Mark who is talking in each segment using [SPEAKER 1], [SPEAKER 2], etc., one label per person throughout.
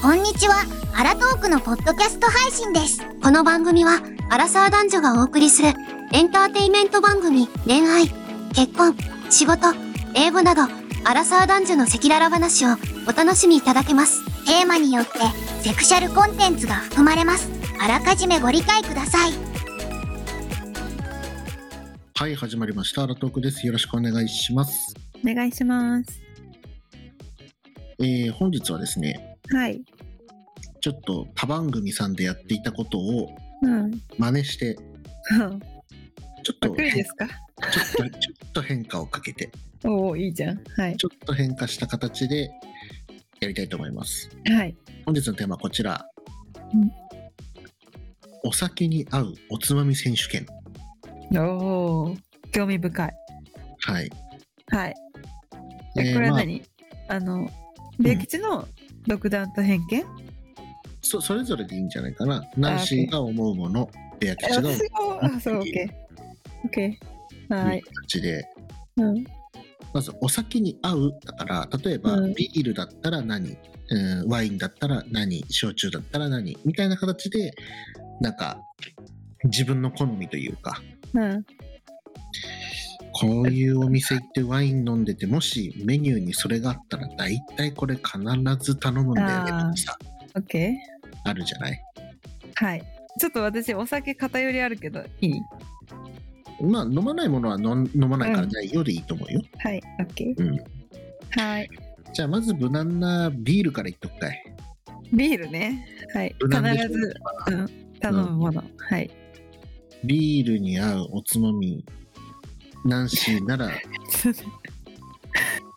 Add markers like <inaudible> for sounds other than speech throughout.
[SPEAKER 1] こんにちは。アラトークのポッドキャスト配信です。この番組は、アラサー男女がお送りするエンターテイメント番組、恋愛、結婚、仕事、英語など、アラサー男女の赤裸々話をお楽しみいただけます。テーマによって、セクシャルコンテンツが含まれます。あらかじめご理解ください。
[SPEAKER 2] はい、始まりました。アラトークです。よろしくお願いします。
[SPEAKER 3] お願いします。
[SPEAKER 2] えー本日はですね、
[SPEAKER 3] はい。
[SPEAKER 2] ちょっと他番組さんでやっていたことを <laughs>
[SPEAKER 3] うん。
[SPEAKER 2] 真似して、ちょっ
[SPEAKER 3] パ
[SPEAKER 2] と
[SPEAKER 3] クリ
[SPEAKER 2] 変
[SPEAKER 3] で
[SPEAKER 2] ち
[SPEAKER 3] すか
[SPEAKER 2] ょっとちょっと変化をかけて、
[SPEAKER 3] おお、いいじゃん。はい。
[SPEAKER 2] ちょっと変化した形でやりたいと思います。
[SPEAKER 3] はい。
[SPEAKER 2] 本日のテーマはこちら
[SPEAKER 3] うん。
[SPEAKER 2] お酒に合うおつまみ選手権。
[SPEAKER 3] おお、興味深い。
[SPEAKER 2] はい。
[SPEAKER 3] はい。
[SPEAKER 2] えー
[SPEAKER 3] えこれは
[SPEAKER 2] まあ
[SPEAKER 3] 何、あ、の、米吉の独断と偏見、
[SPEAKER 2] そそれぞれでいいんじゃないかな。ナンシーが思うもの、ベア
[SPEAKER 3] え
[SPEAKER 2] 吉が思う
[SPEAKER 3] 私が、あ、そう、オッケー。オッケー。
[SPEAKER 2] と。
[SPEAKER 3] はいいう
[SPEAKER 2] 形で、
[SPEAKER 3] うん。
[SPEAKER 2] まずお酒に合うだから例えば
[SPEAKER 3] うん
[SPEAKER 2] ビールだったら何、うん、ワインだったら何焼酎だったら何みたいな形でなんか自分の好みというか
[SPEAKER 3] うん。
[SPEAKER 2] こういうお店行ってワイン飲んでてもしメニューにそれがあったら大体これ必ず頼むんだよねと
[SPEAKER 3] あー
[SPEAKER 2] かさ
[SPEAKER 3] オッケ
[SPEAKER 2] あるじゃない
[SPEAKER 3] ー。はい。ちょっと私、お酒偏りあるけど、いい
[SPEAKER 2] まあ飲まないものは飲ん飲まないからないよりいいと思うよ、
[SPEAKER 3] はい。オッケー。
[SPEAKER 2] うん
[SPEAKER 3] はい。
[SPEAKER 2] じゃあまず無難なビールからいっとくかい
[SPEAKER 3] ビールね。はい。
[SPEAKER 2] 無難でしょ
[SPEAKER 3] 必ず、うん、頼むもの。はい。
[SPEAKER 2] ビールに合うおつまみナンシーなら
[SPEAKER 3] ちょっと待ってこ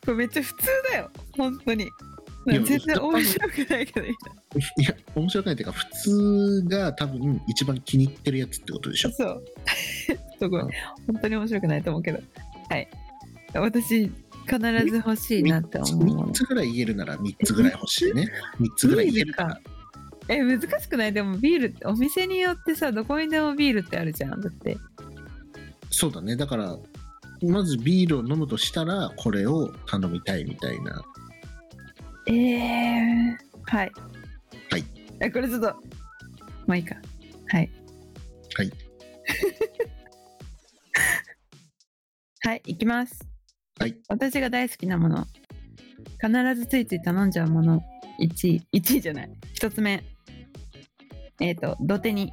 [SPEAKER 3] れめっちゃ普通だよ本当に
[SPEAKER 2] いや
[SPEAKER 3] 全然面白くないけど
[SPEAKER 2] いや、面白くないっていうか、普通が多分一番気に入ってるやつってことでしょ。
[SPEAKER 3] そうすごい本当に面白くないと思うけどはい私必ず欲しいなって思うも
[SPEAKER 2] 3
[SPEAKER 3] の
[SPEAKER 2] つぐらい言えるなら3つぐらい欲しいね。3つぐらい言えるなら。
[SPEAKER 3] え難しくないでもビールってお店によってさどこにでもビールってあるじゃんだって
[SPEAKER 2] そうだね。だから、まずビールを飲むとしたら、これを頼みたいみたいな。
[SPEAKER 3] えー、はい
[SPEAKER 2] はい
[SPEAKER 3] えこれちょっとまあいいかはい
[SPEAKER 2] はい。
[SPEAKER 3] <laughs> はい行きます
[SPEAKER 2] はい。
[SPEAKER 3] 私が大好きなもの必ずついつい頼んじゃうもの1位1位じゃない1つ目えっ、と土手に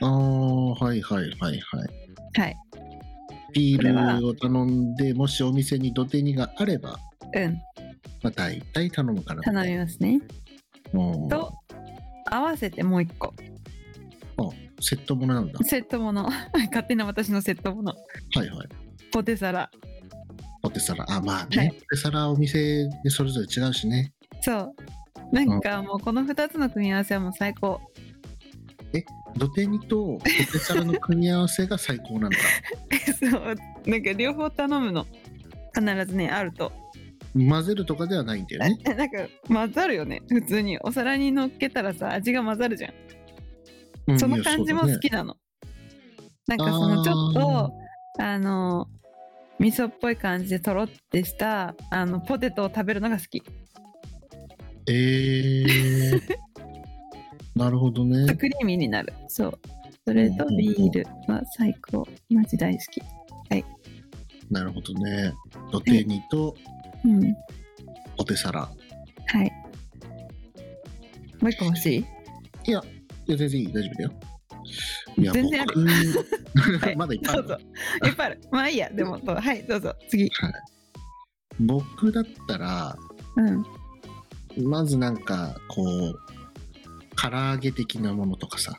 [SPEAKER 2] ああ、はいはいはいはい。
[SPEAKER 3] はい
[SPEAKER 2] ビ
[SPEAKER 3] これは
[SPEAKER 2] ールを頼んで、もしお店に土手にがあれば、
[SPEAKER 3] うん
[SPEAKER 2] まあ、大体頼むかな。
[SPEAKER 3] 頼みますね
[SPEAKER 2] うん
[SPEAKER 3] と合わせてもう1個
[SPEAKER 2] あ、セットものなんだ。
[SPEAKER 3] セットもの <laughs> 勝手な私のセットもの
[SPEAKER 2] はいはい。
[SPEAKER 3] ポテサラ
[SPEAKER 2] ポテサラ。あ、まあね。
[SPEAKER 3] はい
[SPEAKER 2] ポテサラはお店でそれぞれ違うしね。
[SPEAKER 3] そうなんかもうこの2つの組み合わせはもう最高 <laughs>
[SPEAKER 2] 土手にとポテサラの組み合わせが最高
[SPEAKER 3] <laughs>
[SPEAKER 2] なんだ。
[SPEAKER 3] そうなんか両方頼むの必ずねあると <laughs>
[SPEAKER 2] 混ぜるとかではないんだよね。
[SPEAKER 3] えなんか混ざるよね普通にお皿に乗っけたらさ味が混ざるじゃん
[SPEAKER 2] うん
[SPEAKER 3] その感じも好。きなの。なんかそのちょっとあの味噌っぽい感じでとろってしたあのポテトを食べるのが好き。
[SPEAKER 2] いやそうだねえ
[SPEAKER 3] <laughs>
[SPEAKER 2] ー。なるほどね。
[SPEAKER 3] クリーミーになる。そう。それとビールは最高。マジ大好き。
[SPEAKER 2] なるほどね。土手にと
[SPEAKER 3] うん。
[SPEAKER 2] ポテサラ。
[SPEAKER 3] はい。もう一個欲しい
[SPEAKER 2] いや、いや全然いい、大丈夫だよ。いや、
[SPEAKER 3] 全然ある <laughs> は
[SPEAKER 2] 僕、
[SPEAKER 3] い
[SPEAKER 2] まだいっぱいあ
[SPEAKER 3] ど
[SPEAKER 2] る
[SPEAKER 3] うぞ。いっぱいある。まあいいや。でも、そうはい、どうぞ。次。
[SPEAKER 2] はい僕だったら、
[SPEAKER 3] うん。
[SPEAKER 2] まずなんか、こう、唐揚げ的なものとかさ、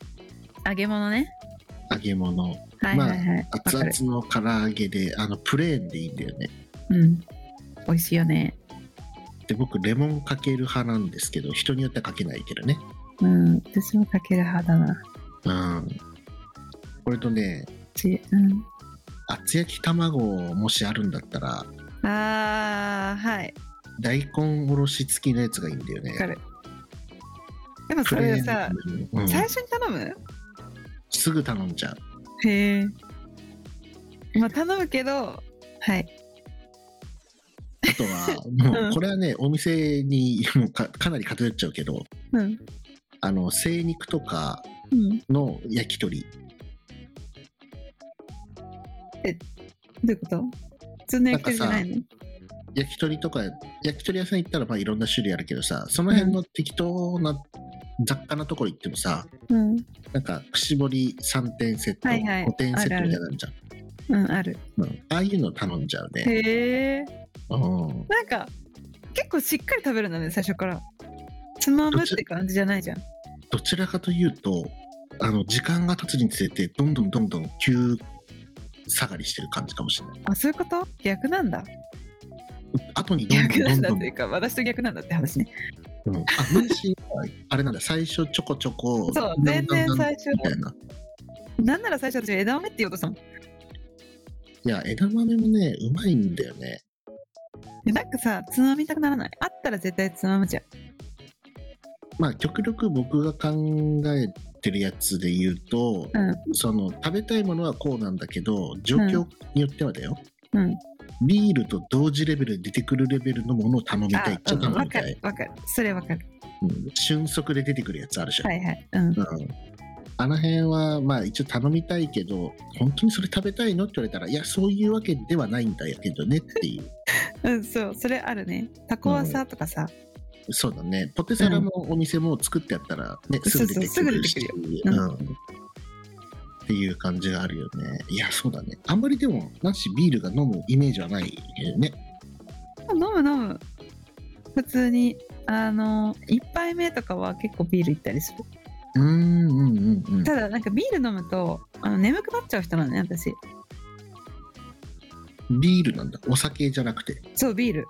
[SPEAKER 3] 揚げ物ね。
[SPEAKER 2] 揚げ物、
[SPEAKER 3] はいはいはい。わかる。
[SPEAKER 2] 熱々の唐揚げで、あの、プレーンでいいんだよね。
[SPEAKER 3] うん。美味しいよね。
[SPEAKER 2] で僕レモンかける派なんですけど人によってはかけないけどね
[SPEAKER 3] うん。私もかける派だな。
[SPEAKER 2] うんこれとね
[SPEAKER 3] ちうん。
[SPEAKER 2] 厚焼き卵もしあるんだったら
[SPEAKER 3] あーはい
[SPEAKER 2] 大根おろし付きのやつがいいんだよね
[SPEAKER 3] わかるでもそ
[SPEAKER 2] プレー
[SPEAKER 3] れ
[SPEAKER 2] ン
[SPEAKER 3] さ、
[SPEAKER 2] うん
[SPEAKER 3] 最初に頼む
[SPEAKER 2] すぐ頼んじゃう
[SPEAKER 3] へえまあ頼むけどはい
[SPEAKER 2] と
[SPEAKER 3] <laughs>
[SPEAKER 2] は、もう、これはね、お店にもうかかなり偏っちゃうけど、
[SPEAKER 3] うん
[SPEAKER 2] あの、精肉とか
[SPEAKER 3] うん
[SPEAKER 2] の焼き鳥。
[SPEAKER 3] どういうこと普通の焼き鳥じゃないの
[SPEAKER 2] 焼き鳥とか、焼き鳥屋さん行ったら、まあ、いろんな種類あるけどさ、その辺の適当な、雑貨なところ行ってもさ、
[SPEAKER 3] うん
[SPEAKER 2] なんか、串彫り3点セット、
[SPEAKER 3] はいはい
[SPEAKER 2] 5点セットみたいなのあるじゃん。
[SPEAKER 3] うんある
[SPEAKER 2] うんああいうの頼んじゃうね。
[SPEAKER 3] へえ
[SPEAKER 2] うん
[SPEAKER 3] なんか結構しっかり食べるんだね最初からつまむって感じじゃないじゃん
[SPEAKER 2] どちらかというとあの時間が経つにつれてどんどんどんどん急下がりしてる感じかもしれない
[SPEAKER 3] あそういうこと逆なんだ
[SPEAKER 2] 後にどんどん
[SPEAKER 3] 逆
[SPEAKER 2] ど
[SPEAKER 3] なん
[SPEAKER 2] ん
[SPEAKER 3] だ
[SPEAKER 2] ど
[SPEAKER 3] っ
[SPEAKER 2] ん
[SPEAKER 3] ていうか私と逆なんだって話ね
[SPEAKER 2] うんあ昔はあれなんだ最初ちょこちょこ
[SPEAKER 3] そ
[SPEAKER 2] だ
[SPEAKER 3] う
[SPEAKER 2] んだん
[SPEAKER 3] 全然
[SPEAKER 2] だんだん
[SPEAKER 3] 最初
[SPEAKER 2] みたいな
[SPEAKER 3] なんなら最初私枝豆って言おうとしたもん
[SPEAKER 2] いや枝豆もねうまいんだよね
[SPEAKER 3] でなんかさつまみたくならないあったら絶対つまむじゃん
[SPEAKER 2] まあ極力僕が考えてるやつで言うと、
[SPEAKER 3] う
[SPEAKER 2] その食べたいものはこうなんだけど状況によってはだよ、
[SPEAKER 3] うん
[SPEAKER 2] ビールと同時レベルで出てくるレベルのものを頼みたいっちゃ
[SPEAKER 3] あ、うん、
[SPEAKER 2] 頼
[SPEAKER 3] わ
[SPEAKER 2] み
[SPEAKER 3] か
[SPEAKER 2] たい
[SPEAKER 3] る、わかるそれわかる
[SPEAKER 2] うん、瞬足で出てくるやつあるじゃん、
[SPEAKER 3] はいはいうん
[SPEAKER 2] うん、あの辺はまあ一応頼みたいけど本当にそれ食べたいのって言われたらいやそういうわけではないんだけどねって
[SPEAKER 3] <laughs>
[SPEAKER 2] いう
[SPEAKER 3] うん、そう、それあるね。タコワサとかさ、
[SPEAKER 2] そうだねポテサラもお店も作ってやったらね、すぐ出て
[SPEAKER 3] そう
[SPEAKER 2] くる
[SPEAKER 3] そうすぐ出て
[SPEAKER 2] し
[SPEAKER 3] く
[SPEAKER 2] う
[SPEAKER 3] よ
[SPEAKER 2] んっていう感じがあるよねいやそうだねあんまりでもなしビールが飲むイメージはないよね
[SPEAKER 3] 飲む飲む。普通に、あの、一杯目とかは結構ビール行ったりする。
[SPEAKER 2] うーんうんうんうん
[SPEAKER 3] ただ、なんかビール飲むと、あの眠くなっちゃう人なのね、私。
[SPEAKER 2] ビールなんだお酒じゃなくて
[SPEAKER 3] そう、ビール。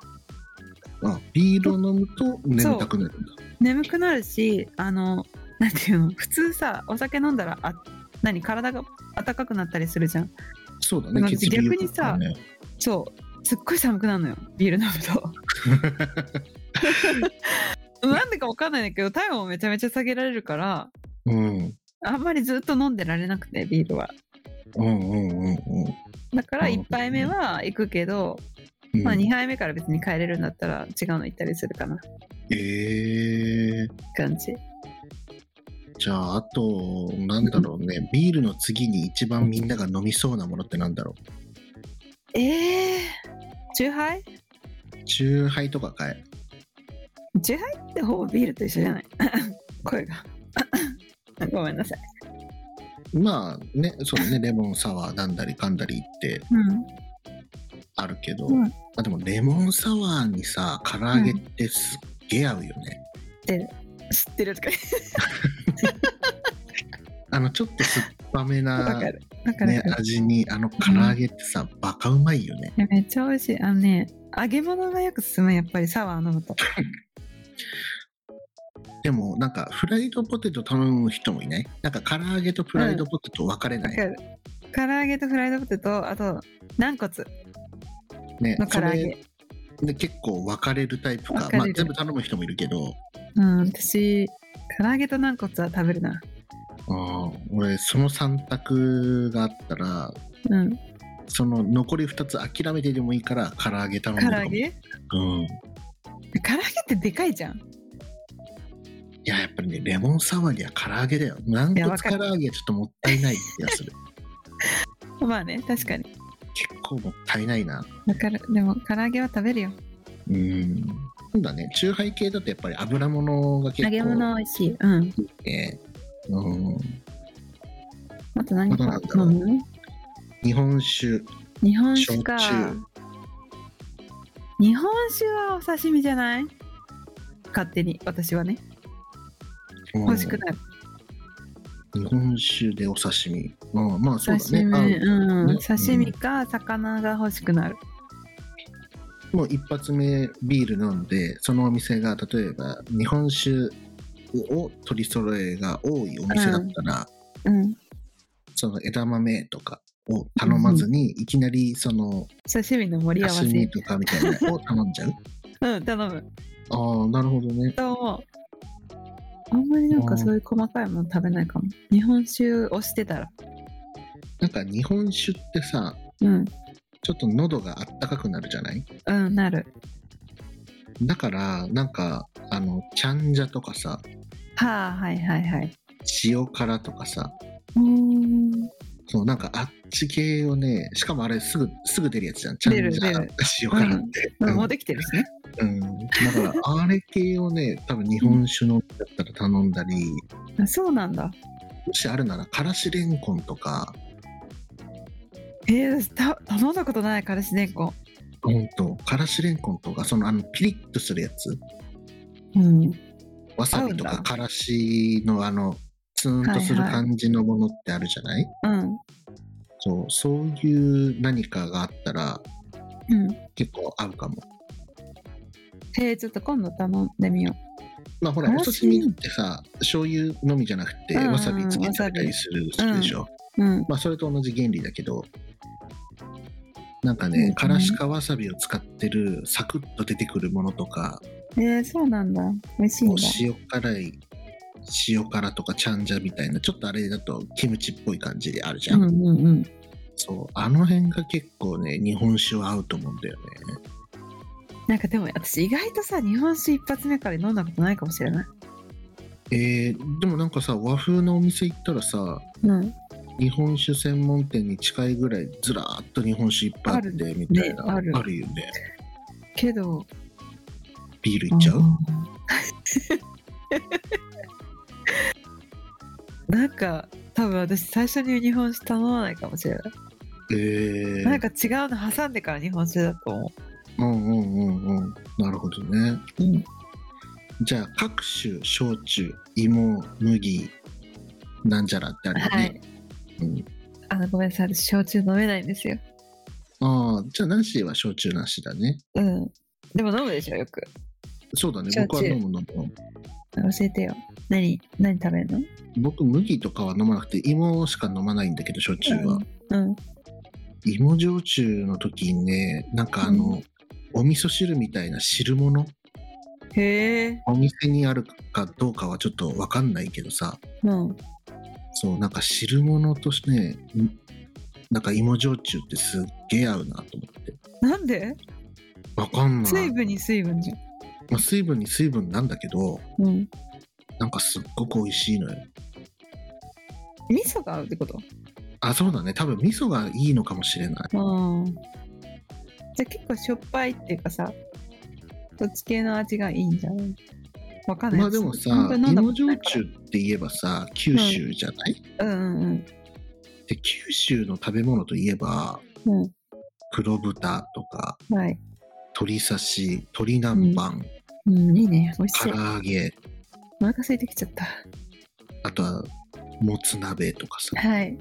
[SPEAKER 2] あビールを飲むと眠たくなるんだ
[SPEAKER 3] 眠くなるし、あの、なんていうの、普通さ、お酒飲んだら、あ何、体が暖かくなったりするじゃん。
[SPEAKER 2] そうだね
[SPEAKER 3] なんか
[SPEAKER 2] 血流
[SPEAKER 3] 逆にさ
[SPEAKER 2] とかね
[SPEAKER 3] そう、すっごい寒くなるのよ、ビール飲むと。 <laughs> なんでかわかんないんだけど、体温をめちゃめちゃ下げられるから、
[SPEAKER 2] <laughs> うん
[SPEAKER 3] あんまりずっと飲んでられなくて、ビールは。
[SPEAKER 2] うんうんうんうん
[SPEAKER 3] だから
[SPEAKER 2] なるほ
[SPEAKER 3] 1
[SPEAKER 2] どね
[SPEAKER 3] 杯目は行くけど、
[SPEAKER 2] うん
[SPEAKER 3] まあ、2杯目から別に帰れるんだったら違うの行ったりするかなって
[SPEAKER 2] えー、
[SPEAKER 3] 感じ
[SPEAKER 2] じゃああとなんだろうねビールの次に一番みんなが飲みそうなものってなんだろ
[SPEAKER 3] えー、チューハイ
[SPEAKER 2] う酎ハイとかかい
[SPEAKER 3] チューハイってほぼビールと一緒じゃない <laughs> 声が <laughs> ごめんなさい、
[SPEAKER 2] まあねそう <laughs> だねレモンサワーなんだりかんだりって
[SPEAKER 3] う
[SPEAKER 2] あるけど、
[SPEAKER 3] うん
[SPEAKER 2] まあ、でもレモンサワーにさ唐揚げってすっげえ合うよね、
[SPEAKER 3] ん、知ってるとか
[SPEAKER 2] あのちょっと酸っぱめ
[SPEAKER 3] わ
[SPEAKER 2] な
[SPEAKER 3] か、るわかる
[SPEAKER 2] ね、味にあの唐揚げってさ、バカうまいよね
[SPEAKER 3] いやめっちゃ美味しいあのね揚げ物がよく進むやっぱりサワー飲むと
[SPEAKER 2] でもなんかフライドポテト頼む人もいないなんか唐揚げとフライドポテト分かれな
[SPEAKER 3] わ
[SPEAKER 2] い、
[SPEAKER 3] かる唐揚げとフライドポテトあと軟骨
[SPEAKER 2] ね
[SPEAKER 3] の唐揚
[SPEAKER 2] それ
[SPEAKER 3] げ
[SPEAKER 2] で結構分かれるタイプか
[SPEAKER 3] 分かれる
[SPEAKER 2] まあ、全部頼む人もいるけど、
[SPEAKER 3] うん私唐揚げと軟骨は食べるな
[SPEAKER 2] うん、俺その3択があったら
[SPEAKER 3] うん
[SPEAKER 2] その残り2つ諦めてでもいいから唐揚げ頼んで
[SPEAKER 3] 唐
[SPEAKER 2] るかも
[SPEAKER 3] 揚げ
[SPEAKER 2] うん、い
[SPEAKER 3] 唐揚げってでかいじゃん
[SPEAKER 2] ややっぱりねレモンサワーには唐揚げだよ軟
[SPEAKER 3] いや
[SPEAKER 2] 骨
[SPEAKER 3] 分
[SPEAKER 2] 唐
[SPEAKER 3] かる
[SPEAKER 2] 揚げはちょっともったいない気がする <laughs>
[SPEAKER 3] まあね確かに
[SPEAKER 2] 結構もったいないな
[SPEAKER 3] わかるでも唐揚げは食べるよ
[SPEAKER 2] うんそうだね酎ハイ系だとやっぱり油物が結構
[SPEAKER 3] 揚げ物美味しいうん
[SPEAKER 2] ねうん、
[SPEAKER 3] あと何か
[SPEAKER 2] あと
[SPEAKER 3] 飲
[SPEAKER 2] なんだ
[SPEAKER 3] む
[SPEAKER 2] 日本酒
[SPEAKER 3] 日本酒か
[SPEAKER 2] 焼酎
[SPEAKER 3] 日本酒はお刺身じゃない勝手に私はね
[SPEAKER 2] うん
[SPEAKER 3] 欲しくなる
[SPEAKER 2] 日本酒でお刺身、うん、まあそうだ
[SPEAKER 3] 刺身
[SPEAKER 2] ね
[SPEAKER 3] う,、
[SPEAKER 2] 合
[SPEAKER 3] ん、
[SPEAKER 2] ね
[SPEAKER 3] 刺身か魚が欲しくなる
[SPEAKER 2] もう一発目ビール飲んでそのお店が例えば日本酒を取り揃えが多いお店だったら、
[SPEAKER 3] うん
[SPEAKER 2] その枝豆とかを頼まずに、いきなりその
[SPEAKER 3] 刺身の盛り合わ
[SPEAKER 2] 刺身
[SPEAKER 3] せ
[SPEAKER 2] とかみたいなのを頼んじゃう
[SPEAKER 3] うん頼む
[SPEAKER 2] ああなるほどね
[SPEAKER 3] どう思うあんまりなんかそういう細かいもの食べないかも日本酒をしてたら
[SPEAKER 2] なんか日本酒ってさ
[SPEAKER 3] うん
[SPEAKER 2] ちょっと喉があったかくなるじゃない
[SPEAKER 3] うんなる
[SPEAKER 2] だからなんかあのちゃんじゃとかさ
[SPEAKER 3] はあはいはいはい
[SPEAKER 2] 塩辛とかさ
[SPEAKER 3] うん
[SPEAKER 2] そうなんかあっち系をねしかもあれすぐすぐ出るやつじゃんちゃんじゃ
[SPEAKER 3] 出る出る
[SPEAKER 2] 塩辛って、うん
[SPEAKER 3] もうできてるしね
[SPEAKER 2] うんだからあれ系をね多分日本酒のだったら頼んだり、
[SPEAKER 3] あそうなんだ
[SPEAKER 2] もしあるならからしれんこんとか
[SPEAKER 3] えー、私た頼んだことない彼氏年子
[SPEAKER 2] 本当からしれんこんとかそのあのピリッとするやつ
[SPEAKER 3] うん
[SPEAKER 2] わさびと
[SPEAKER 3] 合うん
[SPEAKER 2] かか
[SPEAKER 3] だ
[SPEAKER 2] らしのあのツーンとする
[SPEAKER 3] はいはい
[SPEAKER 2] 感じのものってあるじゃない、
[SPEAKER 3] うん
[SPEAKER 2] そうそういう何かがあったら
[SPEAKER 3] うん
[SPEAKER 2] 結構合うかも
[SPEAKER 3] えー、ちょっと今度頼んでみよ
[SPEAKER 2] まあほらお
[SPEAKER 3] からし
[SPEAKER 2] 刺身ってさ醤油のみじゃなくて
[SPEAKER 3] うんうん
[SPEAKER 2] わさびつけちゃったりする
[SPEAKER 3] さび
[SPEAKER 2] でしょ、
[SPEAKER 3] ううん
[SPEAKER 2] まあそれと同じ原理だけどなんか
[SPEAKER 3] そうだ
[SPEAKER 2] ね
[SPEAKER 3] ね
[SPEAKER 2] からしかわさびを使ってるサクッと出てくるものとか
[SPEAKER 3] えー、そうなんだ美味しい
[SPEAKER 2] も
[SPEAKER 3] ん
[SPEAKER 2] う
[SPEAKER 3] だ
[SPEAKER 2] 塩辛い塩辛とかちゃんじゃみたいなちょっとあれだとキムチっぽい感じであるじゃ、
[SPEAKER 3] うんんうんうん
[SPEAKER 2] そうあの辺が結構ね日本酒は合うと思うんだよね
[SPEAKER 3] なんかでも私意外とさ日本酒一発目から飲んだことないかもしれない
[SPEAKER 2] えー、でもなんかさ和風のお店行ったらさ
[SPEAKER 3] うん
[SPEAKER 2] 日本酒専門店に近いぐらいずらーっと日本酒いっぱいあってみたいな
[SPEAKER 3] あるねある
[SPEAKER 2] よね
[SPEAKER 3] けど
[SPEAKER 2] ビールいっちゃう、
[SPEAKER 3] うん <laughs> なんか多分私最初に日本酒頼まないかもしれない、
[SPEAKER 2] えー、
[SPEAKER 3] なんか違うの挟んでから日本酒だと思
[SPEAKER 2] うんうんうんうんなるほどね
[SPEAKER 3] う、うん、
[SPEAKER 2] じゃあ各種焼酎芋麦なんじゃらってあるよね、
[SPEAKER 3] はい
[SPEAKER 2] うん、
[SPEAKER 3] あのごめんなさい私焼酎飲めないんですよ
[SPEAKER 2] ああじゃあナンシーは焼酎なしだね
[SPEAKER 3] うんでも飲むでしょよく
[SPEAKER 2] そうだね
[SPEAKER 3] 焼酎
[SPEAKER 2] 僕は飲む飲む
[SPEAKER 3] 教えてよ何何食べるの
[SPEAKER 2] 僕麦とかは飲まなくて芋しか飲まないんだけど焼酎は、
[SPEAKER 3] うん
[SPEAKER 2] 芋焼酎の時にねなんかあの、
[SPEAKER 3] う
[SPEAKER 2] お味噌汁みたいな汁物
[SPEAKER 3] へえ
[SPEAKER 2] お店にあるかどうかはちょっとわかんないけどさ
[SPEAKER 3] うん
[SPEAKER 2] そうなんか汁物としてねんなんか芋焼酎ってすっげえ合うなと思って
[SPEAKER 3] なんで
[SPEAKER 2] わかんない
[SPEAKER 3] 水分に水分じゃん
[SPEAKER 2] まあ、水分に水分なんだけど
[SPEAKER 3] うん
[SPEAKER 2] なんかすっごく美味しいのよ
[SPEAKER 3] 味噌が合うってこと
[SPEAKER 2] あそうだね多分味噌がいいのかもしれない
[SPEAKER 3] うんじゃあ結構しょっぱいっていうかさそっち系の味がいいんじゃないわかんない
[SPEAKER 2] まあでも
[SPEAKER 3] 本
[SPEAKER 2] さ
[SPEAKER 3] 当に飲んだこ
[SPEAKER 2] 芋
[SPEAKER 3] とない
[SPEAKER 2] 焼
[SPEAKER 3] か
[SPEAKER 2] 酎
[SPEAKER 3] ら
[SPEAKER 2] って言えばさ九州じゃない、
[SPEAKER 3] うんうん
[SPEAKER 2] で九州の食べ物といえば
[SPEAKER 3] うん
[SPEAKER 2] 黒豚とか
[SPEAKER 3] うんはい、
[SPEAKER 2] 鶏刺し鶏南蛮、
[SPEAKER 3] うん、いいね美味し
[SPEAKER 2] 唐
[SPEAKER 3] そう
[SPEAKER 2] 揚げ
[SPEAKER 3] お腹空いてきちゃった
[SPEAKER 2] あとはもつ鍋とかさ
[SPEAKER 3] はい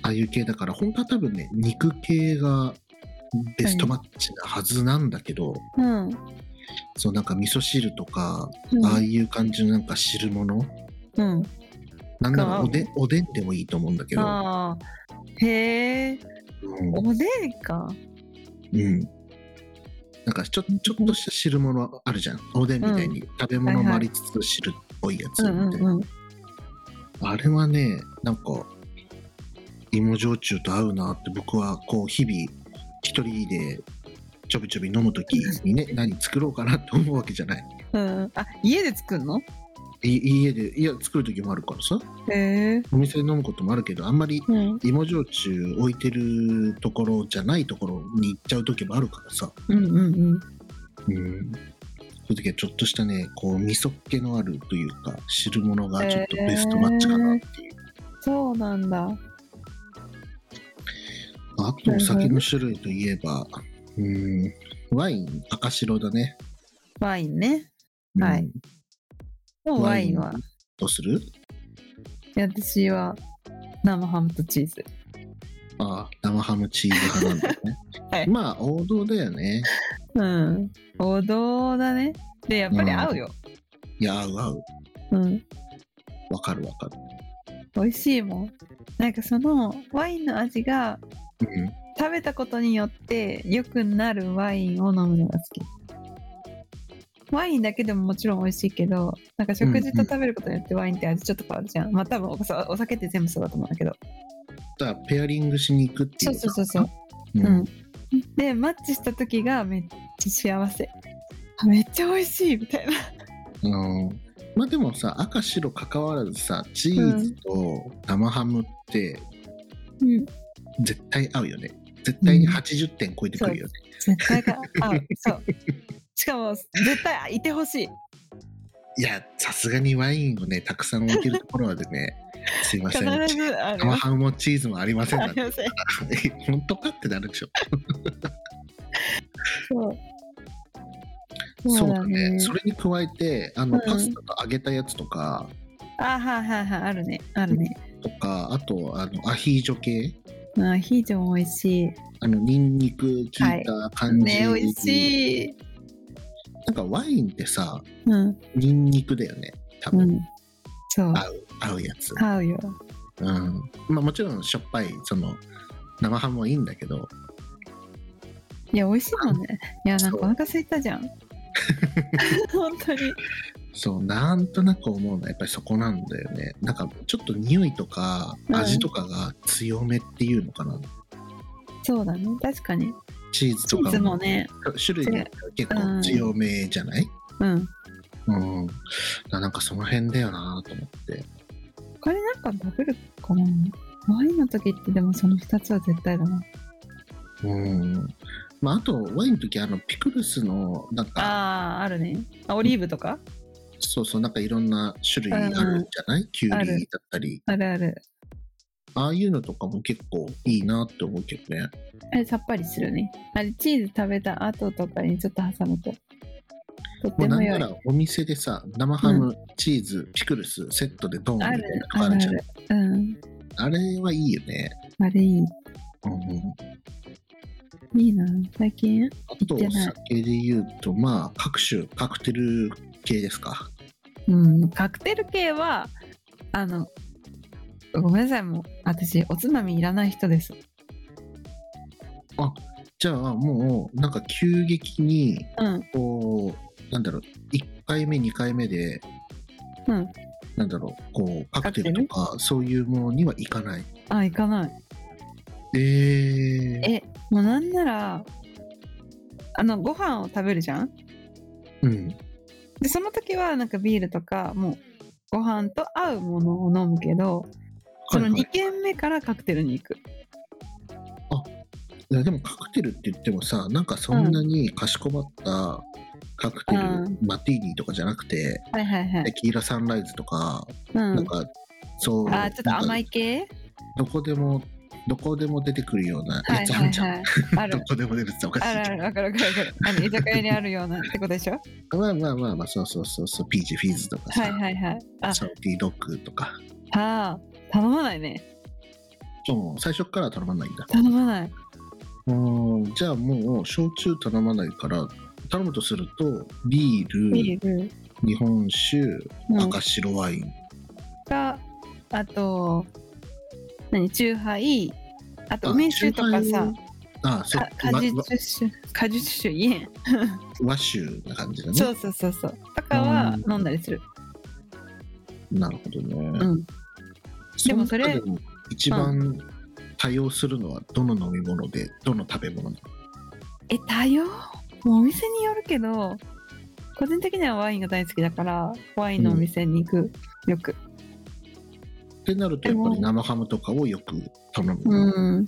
[SPEAKER 2] ああいう系だから本当は多分ね肉系がベストマッチなはずなんだけど、
[SPEAKER 3] うん、うん、
[SPEAKER 2] そうなんか味噌汁とか、ああいう感じのなんか汁物
[SPEAKER 3] うん
[SPEAKER 2] なんなら
[SPEAKER 3] が
[SPEAKER 2] おでんおでんでもいいと思うんだけど、
[SPEAKER 3] ああへえ
[SPEAKER 2] うん
[SPEAKER 3] おでんか
[SPEAKER 2] うん。なんかちょちょっとした汁物あるじゃん。おでんみたいに食べ物もありつつ汁っぽいやつ
[SPEAKER 3] う
[SPEAKER 2] み
[SPEAKER 3] ん
[SPEAKER 2] たいな。
[SPEAKER 3] うんうん
[SPEAKER 2] あれはね、なんか芋焼酎と合うなって僕はこう日々一人でちょびちょび飲む時にね、何作ろうかなって思うわけじゃない。
[SPEAKER 3] うんあ家で作るの
[SPEAKER 2] い家で、いや作る時もあるからさ、
[SPEAKER 3] へえ
[SPEAKER 2] お店で飲むこともあるけど、あんまり
[SPEAKER 3] うん
[SPEAKER 2] 芋焼酎置いてるところじゃないところに行っちゃう時もあるからさ。
[SPEAKER 3] うんうんうん
[SPEAKER 2] うん、そういう時はちょっとしたねこう味噌っ気のあるというか汁物がちょっとベストマッチかなっていう、
[SPEAKER 3] そうなんだ
[SPEAKER 2] あとお酒の種類といえば、うん、ワイン赤白だね、
[SPEAKER 3] ワインね
[SPEAKER 2] うん
[SPEAKER 3] はいもうワインは
[SPEAKER 2] どうする
[SPEAKER 3] いや私は生ハムとチーズ
[SPEAKER 2] ああ生ハムチーズ派なんだよね、
[SPEAKER 3] <laughs> はい
[SPEAKER 2] まあ王道だよね
[SPEAKER 3] うん王道だねでやっぱり合うよ
[SPEAKER 2] いや合う合う
[SPEAKER 3] うん、
[SPEAKER 2] わかるわかる
[SPEAKER 3] 美味しいもんなんかそのワインの味が
[SPEAKER 2] うん
[SPEAKER 3] 食べたことによって良くなるワインを飲むのが好きワインだけでももちろん美味しいけどなんか食事と食べることによってワインって味ちょっと変わるじゃん、まあ多分お酒お酒って全部そうだと思うんだけど
[SPEAKER 2] だからペアリングしに行くってい
[SPEAKER 3] そううそうそうそう
[SPEAKER 2] う
[SPEAKER 3] うんんでマッチした時がめっちゃ幸せあめっちゃ美味しいみたいな
[SPEAKER 2] うんまあでもさ赤白関わらずさチーズと生ハムって
[SPEAKER 3] うん
[SPEAKER 2] 絶対合うよね絶対に
[SPEAKER 3] うん
[SPEAKER 2] 80点超えてくるよね、
[SPEAKER 3] 絶対が <laughs> 合うそうしかも絶対いてほしい
[SPEAKER 2] いやさすがにワインをねたくさん置いてるところはで
[SPEAKER 3] <laughs>
[SPEAKER 2] ねすいませ
[SPEAKER 3] 必
[SPEAKER 2] ん
[SPEAKER 3] ずあり
[SPEAKER 2] 生
[SPEAKER 3] ます
[SPEAKER 2] ハムもチーズもありませんだ
[SPEAKER 3] あ
[SPEAKER 2] って <laughs>
[SPEAKER 3] りません
[SPEAKER 2] え本当かってなるでしょ
[SPEAKER 3] そう
[SPEAKER 2] そうだねそれに加えてあの、
[SPEAKER 3] うん
[SPEAKER 2] パスタと揚げたやつとか
[SPEAKER 3] あはいはいはいあるねあるね
[SPEAKER 2] とかあとあのアヒージョ系
[SPEAKER 3] あヒージョも美味しい
[SPEAKER 2] あのニンニク効いた感じ、
[SPEAKER 3] ね美味しい
[SPEAKER 2] なんかワインってさ
[SPEAKER 3] うん
[SPEAKER 2] ニンニクだよね多
[SPEAKER 3] う
[SPEAKER 2] 分、
[SPEAKER 3] んそう
[SPEAKER 2] 合うやつ、
[SPEAKER 3] 合うよ
[SPEAKER 2] うんまあ、もちろんしょっぱいその生ハムもいいんだけど
[SPEAKER 3] いや美味しいもんねいやなんか
[SPEAKER 2] そう
[SPEAKER 3] お腹空いたじゃ <laughs> ん本当に
[SPEAKER 2] そうなんとなく思うのはやっぱりそこなんだよねなんかちょっと匂いとか
[SPEAKER 3] うん
[SPEAKER 2] 味とかが強めっていうのかな、
[SPEAKER 3] そうだね確かに
[SPEAKER 2] チーズ
[SPEAKER 3] チ
[SPEAKER 2] と
[SPEAKER 3] ー
[SPEAKER 2] か
[SPEAKER 3] ズ
[SPEAKER 2] も
[SPEAKER 3] もね
[SPEAKER 2] 種類によっては結
[SPEAKER 3] う
[SPEAKER 2] 構
[SPEAKER 3] ん
[SPEAKER 2] 強めじゃない、
[SPEAKER 3] うん
[SPEAKER 2] うん、だからなんかその辺だよなと思って
[SPEAKER 3] これなんかダブルかなワインの時ってでもその2つは絶対だな
[SPEAKER 2] うんまあ、あとワインの時あのピクルスのなんか
[SPEAKER 3] ああーあるねあオリーブとか
[SPEAKER 2] そうそうなんかいろんな種類あるんじゃない、キュウ
[SPEAKER 3] あ
[SPEAKER 2] リ
[SPEAKER 3] る
[SPEAKER 2] だったり
[SPEAKER 3] あるある
[SPEAKER 2] ああいうのとかも結構いいなって思うけどね
[SPEAKER 3] あれさっぱりするねあれチーズ食べた後とかにちょっと挟むととっ
[SPEAKER 2] も
[SPEAKER 3] て
[SPEAKER 2] うな
[SPEAKER 3] も
[SPEAKER 2] ん
[SPEAKER 3] 良
[SPEAKER 2] ないらお店でさ生ハム、チーズピクルスセットでドーンみた
[SPEAKER 3] あ
[SPEAKER 2] い
[SPEAKER 3] る
[SPEAKER 2] なのが
[SPEAKER 3] あ
[SPEAKER 2] あ
[SPEAKER 3] る
[SPEAKER 2] る
[SPEAKER 3] あ
[SPEAKER 2] じゃん
[SPEAKER 3] るうん
[SPEAKER 2] あれはいいよね、
[SPEAKER 3] あれいい
[SPEAKER 2] うんうん、
[SPEAKER 3] いいな最近
[SPEAKER 2] あと
[SPEAKER 3] いけない
[SPEAKER 2] 酒で言うとまあ各種カクテル系ですか
[SPEAKER 3] うんカクテル系はあのごめんなさいもう私おつまみいらない人です
[SPEAKER 2] じゃあもうなんか急激に
[SPEAKER 3] うん
[SPEAKER 2] こうなんだろう1回目2回目で
[SPEAKER 3] うん
[SPEAKER 2] なんだろうこうカクテルとかそういうものにはいかない
[SPEAKER 3] あ行かない
[SPEAKER 2] えー、
[SPEAKER 3] えもうなんならあのご飯を食べるじゃん
[SPEAKER 2] うん
[SPEAKER 3] でその時はなんかビールとかもうご飯と合うものを飲むけどその
[SPEAKER 2] はいはい
[SPEAKER 3] 2軒目からカクテルに行く、
[SPEAKER 2] いやでもカクテルって言ってもさなんかそんなにかしこまったカクテル、
[SPEAKER 3] うん
[SPEAKER 2] マティーニとかじゃなくて、
[SPEAKER 3] はいはいは
[SPEAKER 2] テ
[SPEAKER 3] い、
[SPEAKER 2] キーラサンライズとか、
[SPEAKER 3] う
[SPEAKER 2] なん
[SPEAKER 3] ん、
[SPEAKER 2] かそう
[SPEAKER 3] あーちょっと甘
[SPEAKER 2] い
[SPEAKER 3] い系
[SPEAKER 2] どこでもどこでも出てくるような
[SPEAKER 3] は
[SPEAKER 2] や
[SPEAKER 3] い
[SPEAKER 2] つあ
[SPEAKER 3] はい
[SPEAKER 2] るじゃん、
[SPEAKER 3] はいある
[SPEAKER 2] どこでも出るっておかし
[SPEAKER 3] あ
[SPEAKER 2] い
[SPEAKER 3] る
[SPEAKER 2] け
[SPEAKER 3] あるわかるわかるわかるあの居酒屋にあるようなってことでしょ
[SPEAKER 2] どまあまあまあまあそうそうそう <laughs> そうピーチフィーズとかさ、
[SPEAKER 3] はいはいはいあ
[SPEAKER 2] サウティードッグとか
[SPEAKER 3] あー頼まないね
[SPEAKER 2] そう最初から頼まないんだ
[SPEAKER 3] 頼まない
[SPEAKER 2] うんじゃあもう焼酎頼まないから頼むとするとビール
[SPEAKER 3] ビール、
[SPEAKER 2] 日本酒
[SPEAKER 3] うん、
[SPEAKER 2] 赤白ワイン
[SPEAKER 3] があと何チューハイあと
[SPEAKER 2] あ
[SPEAKER 3] 梅酒とか
[SPEAKER 2] チューハイ
[SPEAKER 3] さ
[SPEAKER 2] もあそう
[SPEAKER 3] か果
[SPEAKER 2] わわ
[SPEAKER 3] 実酒果実酒言えん
[SPEAKER 2] 和酒な感じだ
[SPEAKER 3] そ
[SPEAKER 2] ね
[SPEAKER 3] うそうそうそうとかは
[SPEAKER 2] うん
[SPEAKER 3] 飲んだりする
[SPEAKER 2] なるほどね、
[SPEAKER 3] うんでもそれ
[SPEAKER 2] の中でも一番多用するのはどの飲み物でどの食べ物なの
[SPEAKER 3] え多様もうお店によるけど個人的にはワインが大好きだからワインのお店に行く、よく
[SPEAKER 2] ってなるとやっぱり生ハムとかをよく頼むな、
[SPEAKER 3] うん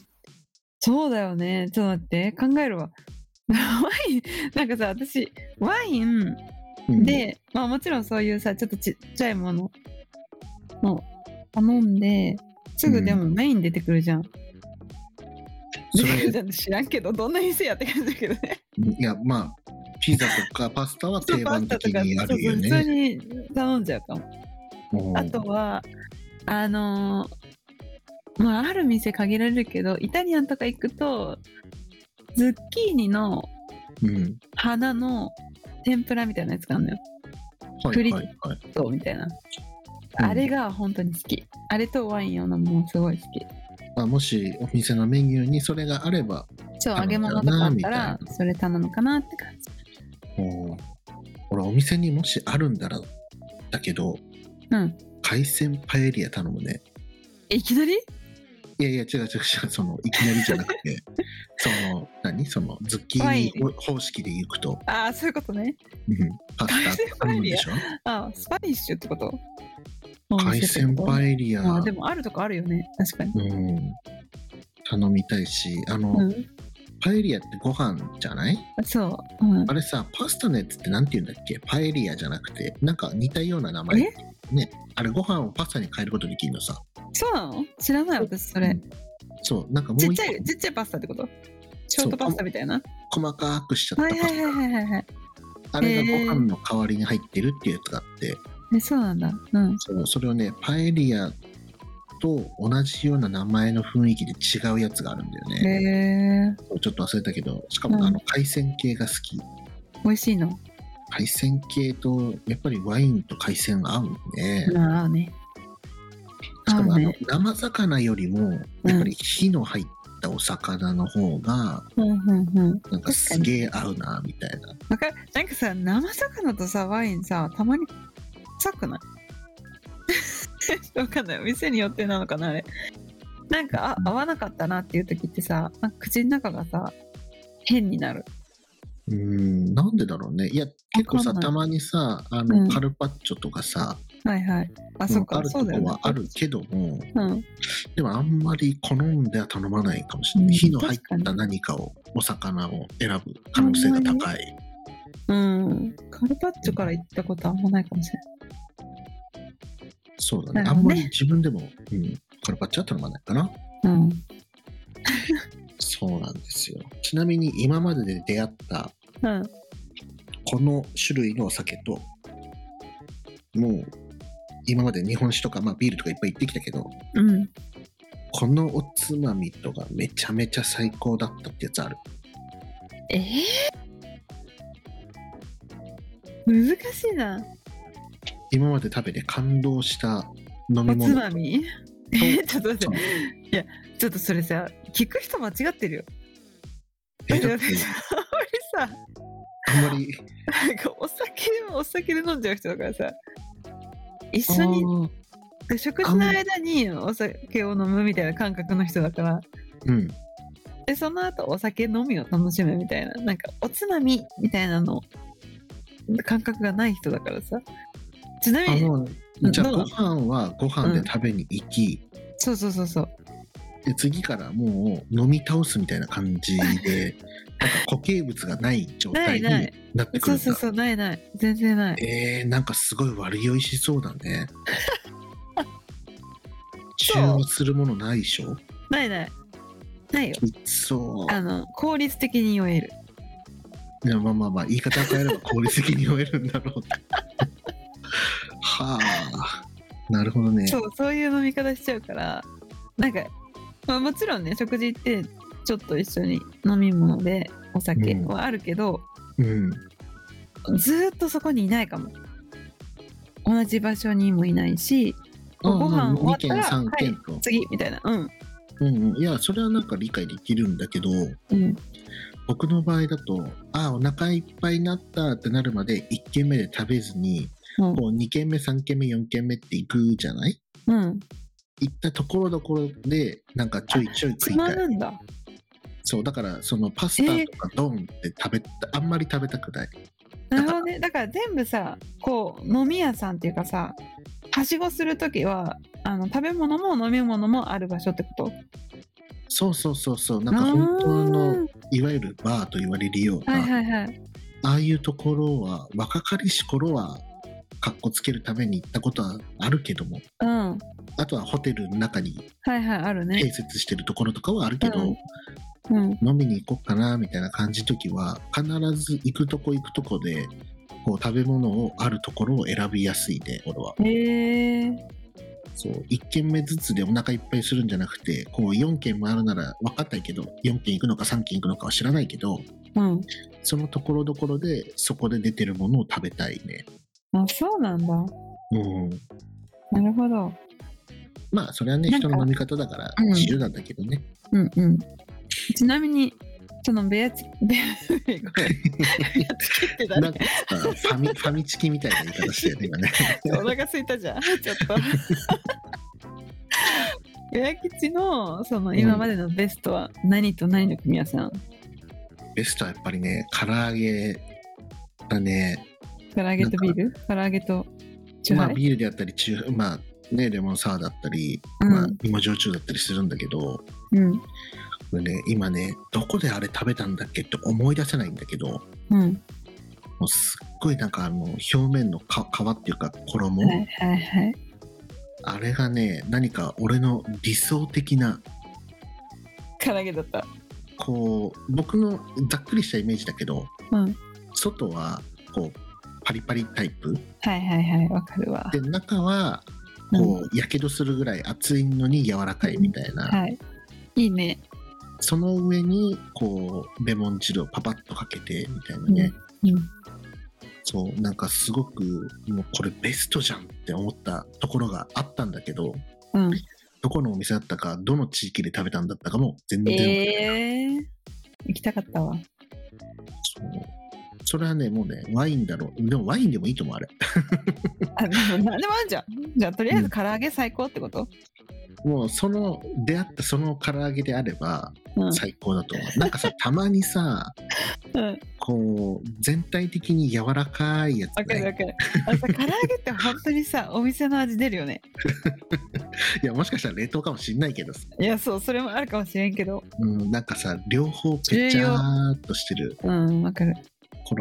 [SPEAKER 3] そうだよねちょっと待って考えるわ <laughs> ワインなんかさ私ワイン
[SPEAKER 2] うん
[SPEAKER 3] で、まあもちろんそういうさちょっとちっちゃいものを頼んですぐでもメイン出てくるじゃん、
[SPEAKER 2] それ
[SPEAKER 3] 出てく <laughs> るじゃんって知らんけどどんな店やって感じだけどね
[SPEAKER 2] いやまあピザとかパスタは定
[SPEAKER 3] パ
[SPEAKER 2] 番
[SPEAKER 3] スタ
[SPEAKER 2] 的
[SPEAKER 3] とか
[SPEAKER 2] にあ
[SPEAKER 3] そ
[SPEAKER 2] る
[SPEAKER 3] うそう
[SPEAKER 2] よ
[SPEAKER 3] 普
[SPEAKER 2] ね
[SPEAKER 3] 通に頼んじゃうかも、
[SPEAKER 2] うん
[SPEAKER 3] あとはあのーまあある店限られるけどイタリアンとか行くとズッキーニの
[SPEAKER 2] うん
[SPEAKER 3] 花の天ぷらみたいなやつがあるのよ
[SPEAKER 2] はいはいはい
[SPEAKER 3] そうみたいな、
[SPEAKER 2] うん
[SPEAKER 3] あれが本当に好きあれとワインを飲むのすごい好き
[SPEAKER 2] まあ、もしお店のメニューにそれがあれば、
[SPEAKER 3] そう
[SPEAKER 2] 頼
[SPEAKER 3] 揚
[SPEAKER 2] んじゃ
[SPEAKER 3] げ
[SPEAKER 2] うな
[SPEAKER 3] 物とかあっ
[SPEAKER 2] みた
[SPEAKER 3] た
[SPEAKER 2] いな
[SPEAKER 3] らそれ頼むかなって感じ
[SPEAKER 2] もう俺お店にもしあるんだらだけど
[SPEAKER 3] うん
[SPEAKER 2] 海鮮パエリア頼むね
[SPEAKER 3] えいきなり
[SPEAKER 2] いやいや、違う違う違う、その、いきなりじゃなくて、 <laughs> その、何その、ズッキーニ方式で行くと、
[SPEAKER 3] ああそういうことね
[SPEAKER 2] うん、パスタ頼むでしょ
[SPEAKER 3] あースパニッシュってこと
[SPEAKER 2] 海鮮パエリア、
[SPEAKER 3] あーでもあるとこあるよね確かに、
[SPEAKER 2] うん、頼みたいし、あの、
[SPEAKER 3] うん、
[SPEAKER 2] パエリアってご飯じゃない
[SPEAKER 3] そう、うん
[SPEAKER 2] あ、れさ、パスタのやつってなんて言うんだっけパエリアじゃなくて、なんか似たような名前。ね、あれご飯をパスタに変えることできるのさ。
[SPEAKER 3] そうなの知らない私それ、
[SPEAKER 2] うんそう、なんかもう
[SPEAKER 3] ち
[SPEAKER 2] 一
[SPEAKER 3] っ
[SPEAKER 2] 個
[SPEAKER 3] ちゃいちっちゃいパスタってことショートパスタみたいな
[SPEAKER 2] 細かくしちゃった
[SPEAKER 3] は
[SPEAKER 2] パ
[SPEAKER 3] い
[SPEAKER 2] ス
[SPEAKER 3] はいはい
[SPEAKER 2] タ。
[SPEAKER 3] はいはいはい
[SPEAKER 2] あれがご飯の代わりに入ってるっていうやつがあって、
[SPEAKER 3] えそうなんだうん
[SPEAKER 2] そうそれをね、パエリアと同じような名前の雰囲気で違うやつがあるんだよ
[SPEAKER 3] へ
[SPEAKER 2] ね。
[SPEAKER 3] え
[SPEAKER 2] ちょっと忘れたけど、しか
[SPEAKER 3] うん
[SPEAKER 2] もあの海鮮系が好き。
[SPEAKER 3] 美味しいの
[SPEAKER 2] 海鮮系と、やっぱりワインと海鮮が合うね。
[SPEAKER 3] ああね
[SPEAKER 2] しかもあ
[SPEAKER 3] 合う
[SPEAKER 2] の
[SPEAKER 3] ね
[SPEAKER 2] 生魚よりもやっぱり火の入ったお魚の方が
[SPEAKER 3] うんうんうん
[SPEAKER 2] なんかすげえ合うなみたいな
[SPEAKER 3] わかるなんかさ生魚とさワインさたまに臭くない <laughs> ちょっとわかんない店によってなのかなあれなんかあ合わなかったなっていう時ってさなんか口の中がさ変になる
[SPEAKER 2] うーんなんでだろうねいや結構
[SPEAKER 3] わか
[SPEAKER 2] さ
[SPEAKER 3] んない
[SPEAKER 2] たまにさあ
[SPEAKER 3] う
[SPEAKER 2] の
[SPEAKER 3] ん
[SPEAKER 2] カルパッチョとかさ、
[SPEAKER 3] はいはいあ
[SPEAKER 2] う
[SPEAKER 3] そ
[SPEAKER 2] ん
[SPEAKER 3] う
[SPEAKER 2] あ
[SPEAKER 3] か
[SPEAKER 2] る
[SPEAKER 3] そ
[SPEAKER 2] と
[SPEAKER 3] うだよ
[SPEAKER 2] こ
[SPEAKER 3] ね
[SPEAKER 2] はあるけども、
[SPEAKER 3] うん
[SPEAKER 2] でもあんまり好んでは頼まないかもしれない、
[SPEAKER 3] うん
[SPEAKER 2] 火の入っ
[SPEAKER 3] 確か
[SPEAKER 2] た
[SPEAKER 3] に
[SPEAKER 2] 何かをお魚を選ぶ可能性が高い
[SPEAKER 3] うんカルパッチョから行ったことあんまないかもしれ
[SPEAKER 2] そうだね
[SPEAKER 3] な
[SPEAKER 2] あ
[SPEAKER 3] る
[SPEAKER 2] ん
[SPEAKER 3] ほどね
[SPEAKER 2] まり自分でも、うん、カルパッチョは頼まないかな
[SPEAKER 3] ないうん
[SPEAKER 2] そうなんですよちなみに今までで出会った
[SPEAKER 3] うん
[SPEAKER 2] この種類のお酒ともう今まで日本酒とか、まあ、ビールとかいっぱい行ってきたけど
[SPEAKER 3] うん
[SPEAKER 2] このおつまみとかめちゃめちゃ最高だったってやつある
[SPEAKER 3] えー、難しいな
[SPEAKER 2] 今まで食べて感動した飲み
[SPEAKER 3] おつ
[SPEAKER 2] 物
[SPEAKER 3] まみえーちょっと待 <laughs> ってちょっとそれさ聞く人間違ってるよ
[SPEAKER 2] えだって
[SPEAKER 3] 俺さ
[SPEAKER 2] あんまり
[SPEAKER 3] なんかお酒でもお酒で飲んじゃう人だからさ一緒に食事の間にお酒を飲むみたいな感覚の人だから
[SPEAKER 2] うん
[SPEAKER 3] でその後お酒飲みを楽しむみたいななんかおつまみみたいなの感覚がない人だからさちな
[SPEAKER 2] あ
[SPEAKER 3] みに
[SPEAKER 2] の
[SPEAKER 3] うん
[SPEAKER 2] じゃあ
[SPEAKER 3] ど
[SPEAKER 2] ご
[SPEAKER 3] う
[SPEAKER 2] 飯はご飯で食べに行き、
[SPEAKER 3] そうそうそうそう
[SPEAKER 2] で次からもう飲み倒すみたいな感じ
[SPEAKER 3] <laughs>
[SPEAKER 2] でなんか固形物がない状態に
[SPEAKER 3] ないない
[SPEAKER 2] なってく
[SPEAKER 3] そ
[SPEAKER 2] る
[SPEAKER 3] うんそう
[SPEAKER 2] だ
[SPEAKER 3] そうないない全然ない
[SPEAKER 2] えー、なんかすごい悪酔いしそうだね。
[SPEAKER 3] そ
[SPEAKER 2] 中
[SPEAKER 3] う
[SPEAKER 2] 和するものないでしょ
[SPEAKER 3] ないないないよ
[SPEAKER 2] そ
[SPEAKER 3] あの効率的に酔える
[SPEAKER 2] う。いやまあまあまあ、言い方を変えれば効率的に酔えるんだろうって。はあ。なるほどね。
[SPEAKER 3] そうそういう飲み方しちゃうからなんか、まあ、もちろんね食事行ってちょっと一緒に飲み物でお酒
[SPEAKER 2] うん
[SPEAKER 3] はあるけど、
[SPEAKER 2] うん。
[SPEAKER 3] ずーっとそこにいないかも同じ場所にもいないし
[SPEAKER 2] ああ
[SPEAKER 3] ご
[SPEAKER 2] まあ
[SPEAKER 3] 飯終
[SPEAKER 2] 2
[SPEAKER 3] わったら
[SPEAKER 2] 件、3
[SPEAKER 3] はい
[SPEAKER 2] 件と。
[SPEAKER 3] 次みたいなうん
[SPEAKER 2] うんうん。いや、それはなんか理解できるんだけど、
[SPEAKER 3] うん
[SPEAKER 2] 僕の場合だと、ああ、お腹いっぱいになったってなるまで1軒目で食べずに、
[SPEAKER 3] うん
[SPEAKER 2] こう2軒目、3軒目、4軒目って行くじゃない
[SPEAKER 3] うん
[SPEAKER 2] 行ったところどころでなんかちょいちょい食
[SPEAKER 3] つ
[SPEAKER 2] い
[SPEAKER 3] ま
[SPEAKER 2] たい
[SPEAKER 3] るんだ
[SPEAKER 2] そうだからそのパスタとかドンって食べた、あんまり食べたくない
[SPEAKER 3] なるほどねだから全部さこう飲み屋さんっていうかさはしごする時はあの食べ物も飲み物もある場所ってこと
[SPEAKER 2] そうそうそうそうなんか本当のいわゆるバーと言われるよう
[SPEAKER 3] あ
[SPEAKER 2] な、
[SPEAKER 3] ーはいはいはい
[SPEAKER 2] ああいうところは若かりし頃はかっこつけるために行ったことはあるけども
[SPEAKER 3] うん
[SPEAKER 2] あとはホテルの中に
[SPEAKER 3] はいはいあるね
[SPEAKER 2] 併設してるところとかはあるけど、
[SPEAKER 3] うんうん
[SPEAKER 2] 飲みに行こうかなみたいな感じの時は必ず行くとこ行くとこでこう食べ物をあるところを選びやすいで俺は。
[SPEAKER 3] へえ
[SPEAKER 2] そう1軒目ずつでお腹いっぱいするんじゃなくてこう4軒もあるなら分かんないけど4軒行くのか3軒行くのかは知らないけど
[SPEAKER 3] うん
[SPEAKER 2] そのところどころでそこで出てるものを食べたいね
[SPEAKER 3] あそうなんだ
[SPEAKER 2] うん
[SPEAKER 3] なるほど
[SPEAKER 2] まあそれはね
[SPEAKER 3] なんか
[SPEAKER 2] 人の飲み方だから
[SPEAKER 3] うん
[SPEAKER 2] 自由なんだけど
[SPEAKER 3] <laughs>
[SPEAKER 2] ね、
[SPEAKER 3] うんうんちなみにそのベアチベアごめんベアチキってだ
[SPEAKER 2] なん
[SPEAKER 3] ね
[SPEAKER 2] かさファミファミチキみたいな言い方してるよね今ね <laughs>
[SPEAKER 3] お腹空いたじゃんちょっとベアキチちのその今までのベストは何と何の組み合わせなの
[SPEAKER 2] ベストはやっぱりね唐揚げだね
[SPEAKER 3] 唐揚げとビール唐揚げとチュー
[SPEAKER 2] まあ
[SPEAKER 3] ハイ、
[SPEAKER 2] ビールであったりチューまあねレモンサワーだったり、まあ芋焼酎だったりするんだけどこ
[SPEAKER 3] うん
[SPEAKER 2] れね今ねどこであれ食べたんだっけって思い出せないんだけども
[SPEAKER 3] うんうん
[SPEAKER 2] うすっごいなんかあの表面のか皮っていうか衣、
[SPEAKER 3] はいはいはい
[SPEAKER 2] あれがね何か俺の理想的な
[SPEAKER 3] 唐揚げだった
[SPEAKER 2] こう僕のざっくりしたイメージだけど
[SPEAKER 3] うん
[SPEAKER 2] 外はこうパリパリタイプ
[SPEAKER 3] はいはいはいわかるわ
[SPEAKER 2] で中はこうやけどするぐらい熱いのに柔らかいみたいな、
[SPEAKER 3] はいいいね
[SPEAKER 2] その上にこうレモン汁をパパッとかけてみたいなね、
[SPEAKER 3] うん
[SPEAKER 2] そうなんかすごくもうこれベストじゃんって思ったところがあったんだけど
[SPEAKER 3] うん
[SPEAKER 2] どこのお店だったかどの地域で食べたんだったかも全然、
[SPEAKER 3] えー、行きたかったわ
[SPEAKER 2] そうそれはねもうねワインだろうでもワインでもいいと思うあれ
[SPEAKER 3] あでも何でもあるじゃんじゃあとりあえず唐揚げ最高ってこと
[SPEAKER 2] もうその出会ったその唐揚げであれば
[SPEAKER 3] うん、うん
[SPEAKER 2] 最高だと思う、なんかさたまにさ
[SPEAKER 3] わ
[SPEAKER 2] こう全体的に柔らかいやつ、
[SPEAKER 3] かるわ
[SPEAKER 2] ね、
[SPEAKER 3] かるあのさ唐揚げって本当にさお店の味出るよね
[SPEAKER 2] いやもしかしたら冷凍かもしんないけどさ、
[SPEAKER 3] いやそうそれもあるかもしれんけど
[SPEAKER 2] うん、なんかさ両方ぺちゃーっとしてる
[SPEAKER 3] うんわかる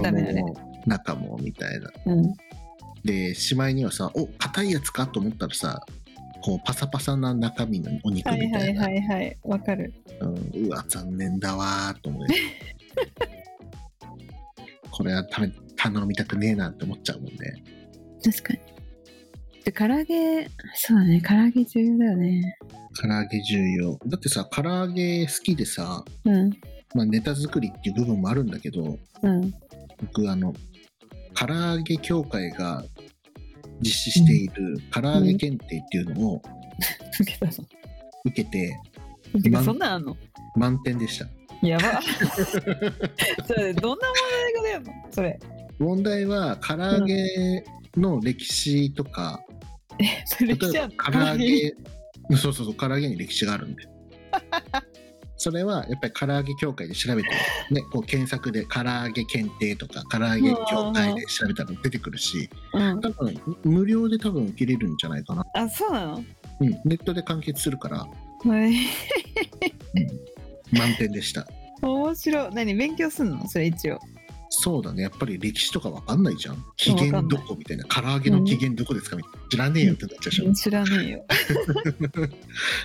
[SPEAKER 3] ダメ
[SPEAKER 2] 衣
[SPEAKER 3] だね
[SPEAKER 2] も中もみたいな、
[SPEAKER 3] うん
[SPEAKER 2] でしまいにはさお硬いやつかと思ったらさこうパサパサな中身のお肉
[SPEAKER 3] は
[SPEAKER 2] みた
[SPEAKER 3] い
[SPEAKER 2] いな、
[SPEAKER 3] はいはいはいわかる
[SPEAKER 2] うん、うわ残念だわーと思うよ <laughs> これは食べ頼みたくねえなって思っちゃうもんね
[SPEAKER 3] 確かにで唐揚げそうだね唐揚げ重要だよね
[SPEAKER 2] 唐揚げ重要だってさ唐揚げ好きでさ、
[SPEAKER 3] うん
[SPEAKER 2] まあ、ネタ作りっていう部分もあるんだけど
[SPEAKER 3] うん
[SPEAKER 2] 僕あの唐揚げ協会が実施している唐揚げ検定っていうのを
[SPEAKER 3] 受けたぞ
[SPEAKER 2] 受けて
[SPEAKER 3] てかそんなんあんの
[SPEAKER 2] 満点でした
[SPEAKER 3] や <laughs> ばそれどんな問題が出るのそれ
[SPEAKER 2] 問題は唐揚げの歴史とか、
[SPEAKER 3] それ
[SPEAKER 2] 例えば唐揚げそうそうそう唐揚げに歴史があるんでそれはやっぱり唐揚げ協会で調べて、ね、こう検索で唐揚げ検定とか唐揚げ協会で調べたら出てくるし
[SPEAKER 3] うん、
[SPEAKER 2] 多分無料で多分受けれるんじゃないかな、
[SPEAKER 3] あそうなの
[SPEAKER 2] うん、ネットで完結するから
[SPEAKER 3] はい
[SPEAKER 2] 満点でした
[SPEAKER 3] 面白い何勉強すんのそれ一応
[SPEAKER 2] そうだねやっぱり歴史とかわかんないじゃん期限どこみたいな唐揚げの期限どこですかみたいな知らねえよってなっちゃうでしょ、
[SPEAKER 3] 知らねえよ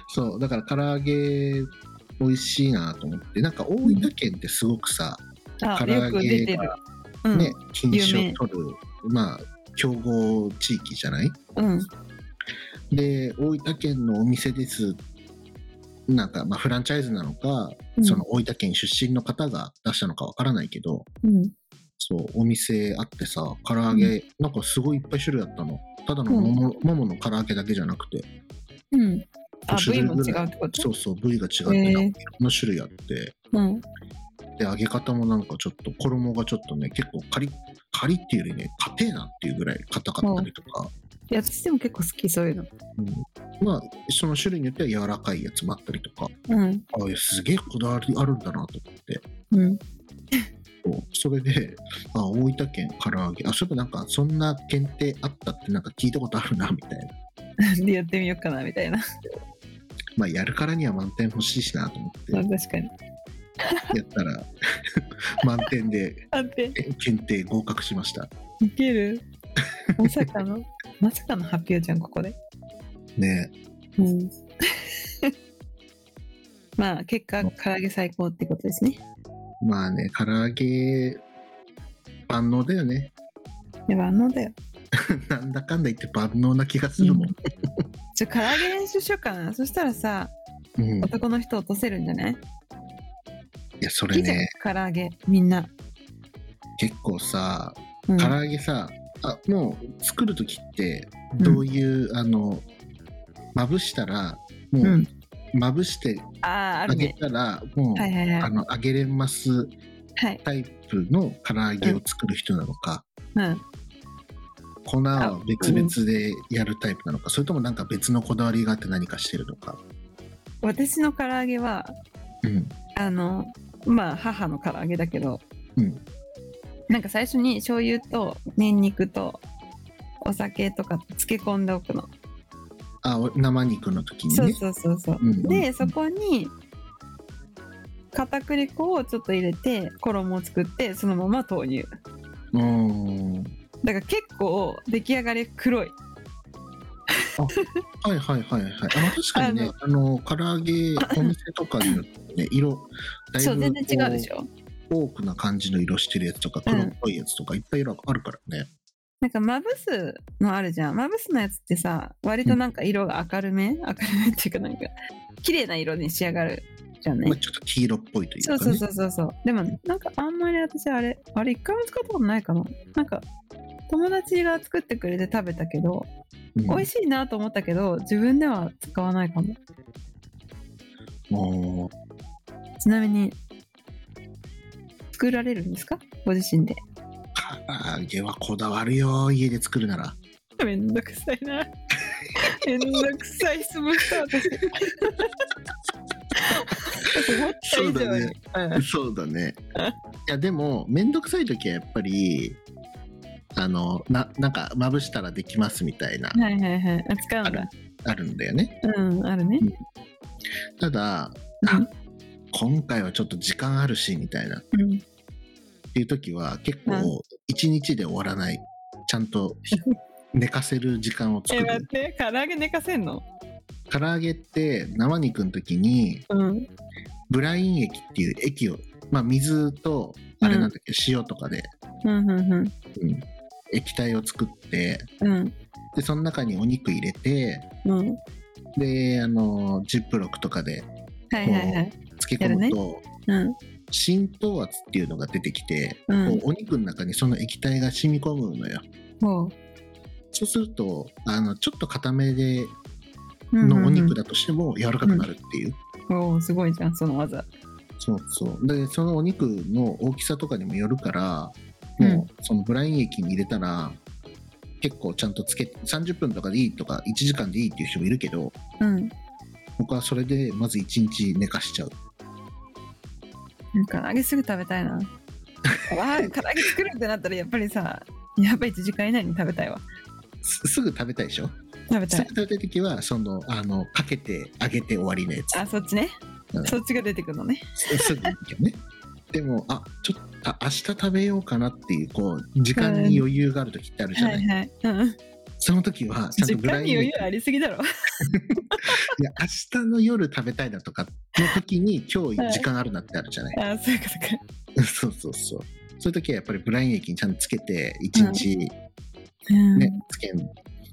[SPEAKER 2] そうだから唐揚げ美味しいなと思ってなんか大分県ってすごくさ、
[SPEAKER 3] あ
[SPEAKER 2] 唐揚げ
[SPEAKER 3] よく出てるうん、
[SPEAKER 2] ね禁
[SPEAKER 3] 有
[SPEAKER 2] 止
[SPEAKER 3] 名
[SPEAKER 2] を取るまあ競合地域じゃない
[SPEAKER 3] うん
[SPEAKER 2] で大分県のお店ですなんかまあフランチャイズなのか、
[SPEAKER 3] うん
[SPEAKER 2] その大分県出身の方が出したのかわからないけど
[SPEAKER 3] うん
[SPEAKER 2] そうお店あってさ唐揚げ、なんかすごいいっぱい種類あったのただの桃,、桃の唐揚げだけじゃなくて
[SPEAKER 3] うんあ
[SPEAKER 2] 五種
[SPEAKER 3] V
[SPEAKER 2] 類
[SPEAKER 3] も
[SPEAKER 2] ぐ
[SPEAKER 3] 違
[SPEAKER 2] ら
[SPEAKER 3] う
[SPEAKER 2] い
[SPEAKER 3] ってこと
[SPEAKER 2] そうそう部位が違って
[SPEAKER 3] へえ
[SPEAKER 2] なんかいろんな種類あって、
[SPEAKER 3] うん
[SPEAKER 2] で揚げ方もなんかちょっと衣がちょっとね結構カリッカリっていうよりね硬いなっていうぐらい硬かったりとか、
[SPEAKER 3] いや私でも結構好きそういうの
[SPEAKER 2] うんまあその種類によっては柔らかいやつもあったりとか
[SPEAKER 3] うん
[SPEAKER 2] あいやすげえこだわりあるんだなと
[SPEAKER 3] うん
[SPEAKER 2] 思ってそれであ大分県唐揚げあそういえばなんかそんな検定あったってなんか聞いたことあるなみたいな
[SPEAKER 3] でやってみようかなみたいな
[SPEAKER 2] まあやるからには満点欲しいしなと思って
[SPEAKER 3] 確
[SPEAKER 2] や
[SPEAKER 3] かに
[SPEAKER 2] ったら <laughs> 満点で
[SPEAKER 3] あって
[SPEAKER 2] え検定合格しました
[SPEAKER 3] いけるまさ
[SPEAKER 2] <laughs>
[SPEAKER 3] かのまさかの発表じゃんここで
[SPEAKER 2] ね
[SPEAKER 3] うん <laughs> まあ結果唐揚げ最高ってことですね
[SPEAKER 2] まあね唐揚げ万能だよね
[SPEAKER 3] でもあのだよ
[SPEAKER 2] なんだかんだ言って万能な気がするもん。
[SPEAKER 3] ちょ唐揚げ練習しようかなそしたらさ
[SPEAKER 2] うん、い
[SPEAKER 3] 男の人落とせるんじゃない
[SPEAKER 2] やそ
[SPEAKER 3] 好
[SPEAKER 2] れ
[SPEAKER 3] きじゃん
[SPEAKER 2] ね
[SPEAKER 3] 唐揚げみんな、
[SPEAKER 2] 結構さ
[SPEAKER 3] うん、
[SPEAKER 2] 唐揚げさ、あもう作る時ってどういう、あのまぶしたらも
[SPEAKER 3] う
[SPEAKER 2] うんまぶして
[SPEAKER 3] あああ
[SPEAKER 2] あ
[SPEAKER 3] る
[SPEAKER 2] げ
[SPEAKER 3] ね
[SPEAKER 2] たら、もう、
[SPEAKER 3] はいはいは
[SPEAKER 2] あ
[SPEAKER 3] い
[SPEAKER 2] の揚げれます
[SPEAKER 3] はい
[SPEAKER 2] タイプの唐揚げを作る人なのか、
[SPEAKER 3] うん
[SPEAKER 2] 粉は別々でやるタイプなのか、それともなんか別のこだわりがあって何かしてるのか
[SPEAKER 3] 私の唐揚げは
[SPEAKER 2] うん
[SPEAKER 3] あのまあ母の唐揚げだけど、
[SPEAKER 2] うん
[SPEAKER 3] なんか最初に醤油とニンニクとお酒とか漬け込んでおくの、
[SPEAKER 2] あお生肉の時に
[SPEAKER 3] そう
[SPEAKER 2] ね
[SPEAKER 3] そうそうそう、
[SPEAKER 2] うん
[SPEAKER 3] でそこに片栗粉をちょっと入れて衣を作ってそのまま投入
[SPEAKER 2] うーん
[SPEAKER 3] だから結構出来上がり黒い
[SPEAKER 2] はいはいはいはいあまあ確かにねあの唐揚げお店とかによって
[SPEAKER 3] <laughs>
[SPEAKER 2] ね色だい
[SPEAKER 3] そう
[SPEAKER 2] ぶ
[SPEAKER 3] 全然違うでし
[SPEAKER 2] こ
[SPEAKER 3] ょ
[SPEAKER 2] う多くな感じの色してるやつとか黒っぽいやつとかいっぱい色あるからね
[SPEAKER 3] なんかまぶすのあるじゃんまぶすのやつってさ割となんか色が明るめ明るめっていうかなんか綺麗な色に仕上がるじゃんね
[SPEAKER 2] まあちょっと黄色っぽいというか
[SPEAKER 3] そ
[SPEAKER 2] ね
[SPEAKER 3] うそうそうそうそうでもなんかあんまり私あれあれ一回も使ったことないかななんか友達が作ってくれて食べたけど、
[SPEAKER 2] うん
[SPEAKER 3] 美味しいなと思ったけど自分では使わないかも
[SPEAKER 2] あー
[SPEAKER 3] ちなみに作られるんですかご自身で
[SPEAKER 2] 唐揚げはこだわるよ家で作るな
[SPEAKER 3] <laughs>
[SPEAKER 2] ら
[SPEAKER 3] めんどくさいなめんどくさい潰した私思った以上に、うん
[SPEAKER 2] そうだ
[SPEAKER 3] <laughs>
[SPEAKER 2] ねいやでも面倒くさい時はやっぱりあのななんかまぶしたらできますみたいな
[SPEAKER 3] はいはいはいあ使うんだ
[SPEAKER 2] あるんだよね
[SPEAKER 3] うんあるね
[SPEAKER 2] ただ
[SPEAKER 3] う
[SPEAKER 2] あ
[SPEAKER 3] ん
[SPEAKER 2] 今回はちょっと時間あるしみたいなっ
[SPEAKER 3] うん
[SPEAKER 2] ていう時は結
[SPEAKER 3] うん
[SPEAKER 2] 構1日で終わらないちゃんと <laughs> 寝かせる時間を作
[SPEAKER 3] え待っ
[SPEAKER 2] る
[SPEAKER 3] て唐揚げ寝かせんの
[SPEAKER 2] 唐揚げって生肉の時に
[SPEAKER 3] うん
[SPEAKER 2] ブライン液っていう液をまあ水とあれなんだっけ、塩とかで、
[SPEAKER 3] うんうんうん
[SPEAKER 2] うん液体を作って
[SPEAKER 3] うん
[SPEAKER 2] でその中にお肉入れて
[SPEAKER 3] うん
[SPEAKER 2] であのジップロックとかで
[SPEAKER 3] はいはいはい
[SPEAKER 2] 漬け込むと、
[SPEAKER 3] うん
[SPEAKER 2] 浸透圧っていうのが出てきて、
[SPEAKER 3] うん
[SPEAKER 2] こうお肉の中にその液体が染み込むのよ
[SPEAKER 3] ほう
[SPEAKER 2] そうするとあのちょっと固めで
[SPEAKER 3] うんうんうん
[SPEAKER 2] のお肉だとしても柔らかくなるっていう、
[SPEAKER 3] おおすごいじゃんその技
[SPEAKER 2] そうそうでそのお肉の大きさとかにもよるから
[SPEAKER 3] うん
[SPEAKER 2] もうそのブライン液に入れたら結構ちゃんとつけ30分とかでいいとか1時間でいいっていう人もいるけど
[SPEAKER 3] うん
[SPEAKER 2] 僕はそれでまず1日寝かしちゃう
[SPEAKER 3] なんか揚げすぐ食べたいな <laughs> わあ唐揚げ作るってなったらやっぱりさやっぱ1時間以内に食べたいわ
[SPEAKER 2] すすぐ食べたいでしょ
[SPEAKER 3] 食べ
[SPEAKER 2] すぐ
[SPEAKER 3] たい
[SPEAKER 2] 食べたい時はそのあのかけて揚げて終わりのやつ
[SPEAKER 3] あそっちね、
[SPEAKER 2] うん
[SPEAKER 3] そっちが出てくるのね
[SPEAKER 2] すすぐ行くよね。でもあちょっとあ明日食べようかなっていうこう時間に余裕がある時ってあるじゃ
[SPEAKER 3] は
[SPEAKER 2] ない、
[SPEAKER 3] いはい、うん、
[SPEAKER 2] その時はちゃん
[SPEAKER 3] 時
[SPEAKER 2] とブラ
[SPEAKER 3] 間
[SPEAKER 2] イン
[SPEAKER 3] に余
[SPEAKER 2] い
[SPEAKER 3] 裕ありすぎだろ
[SPEAKER 2] や明日の夜食べたいなとかの時に今日時間あるなってあるじゃない、
[SPEAKER 3] あそういうことか
[SPEAKER 2] <laughs> そうそうそうそういう時はやっぱりブライン液にちゃんとつけて1日ね、
[SPEAKER 3] うん
[SPEAKER 2] つけん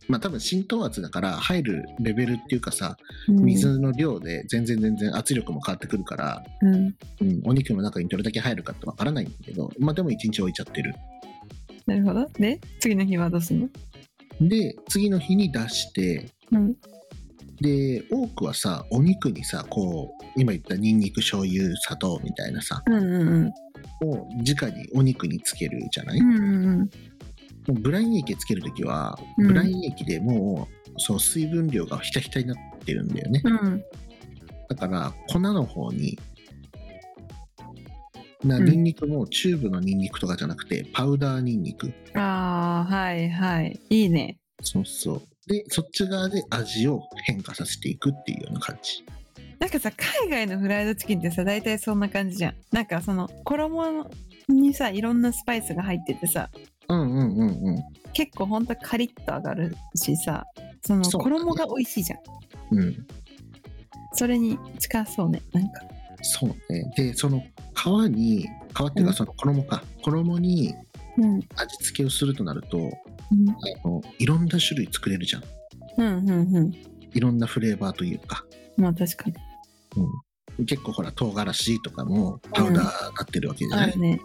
[SPEAKER 2] まあ多分浸透圧だから入るレベルっていうかさ
[SPEAKER 3] うん
[SPEAKER 2] 水の量で全然全然圧力も変わってくるから、
[SPEAKER 3] うん
[SPEAKER 2] うん、お肉の中にどれだけ入るかってわからないんだけどまあでも1日置いちゃってる
[SPEAKER 3] なるほどで次の日はどうする
[SPEAKER 2] で次の日に出して
[SPEAKER 3] のうん
[SPEAKER 2] で多くはさお肉にさこう今言ったニンニク醤油砂糖みたいなさ
[SPEAKER 3] うんうん
[SPEAKER 2] を直にお肉につけるじゃない、
[SPEAKER 3] う
[SPEAKER 2] も
[SPEAKER 3] んうんうん
[SPEAKER 2] うブライン液つける時は
[SPEAKER 3] うん
[SPEAKER 2] ブライン液でもうそう水分量がひたひたになってるんだよね、
[SPEAKER 3] うん
[SPEAKER 2] だから粉の方にな
[SPEAKER 3] うん
[SPEAKER 2] ニンニクもチューブのニンニクとかじゃなくてパウダーニンニク
[SPEAKER 3] うんああはいはいいいね
[SPEAKER 2] そうそうでそっち側で味を変化させていくっていうような感じ
[SPEAKER 3] なんかさ海外のフライドチキンってさ大体そんな感じじゃんなんかその衣にさいろんなスパイスが入っててさ
[SPEAKER 2] うんうんうんうん
[SPEAKER 3] 結構ほんとカリッと揚がるしさその
[SPEAKER 2] そうだね
[SPEAKER 3] 衣が美味しいじゃん
[SPEAKER 2] うん
[SPEAKER 3] それに近そうねなんか
[SPEAKER 2] そうね。で、その皮に、皮っていう
[SPEAKER 3] うん
[SPEAKER 2] かその衣か、衣に
[SPEAKER 3] うん
[SPEAKER 2] 味付けをするとなると、あのいろんな種類作れるじゃん。
[SPEAKER 3] うんうんうん
[SPEAKER 2] いろんなフレーバーというか。
[SPEAKER 3] まあ確かに
[SPEAKER 2] うん、結構ほら、唐辛子とかもパウダーなってるわけじゃな
[SPEAKER 3] あ
[SPEAKER 2] い、
[SPEAKER 3] るね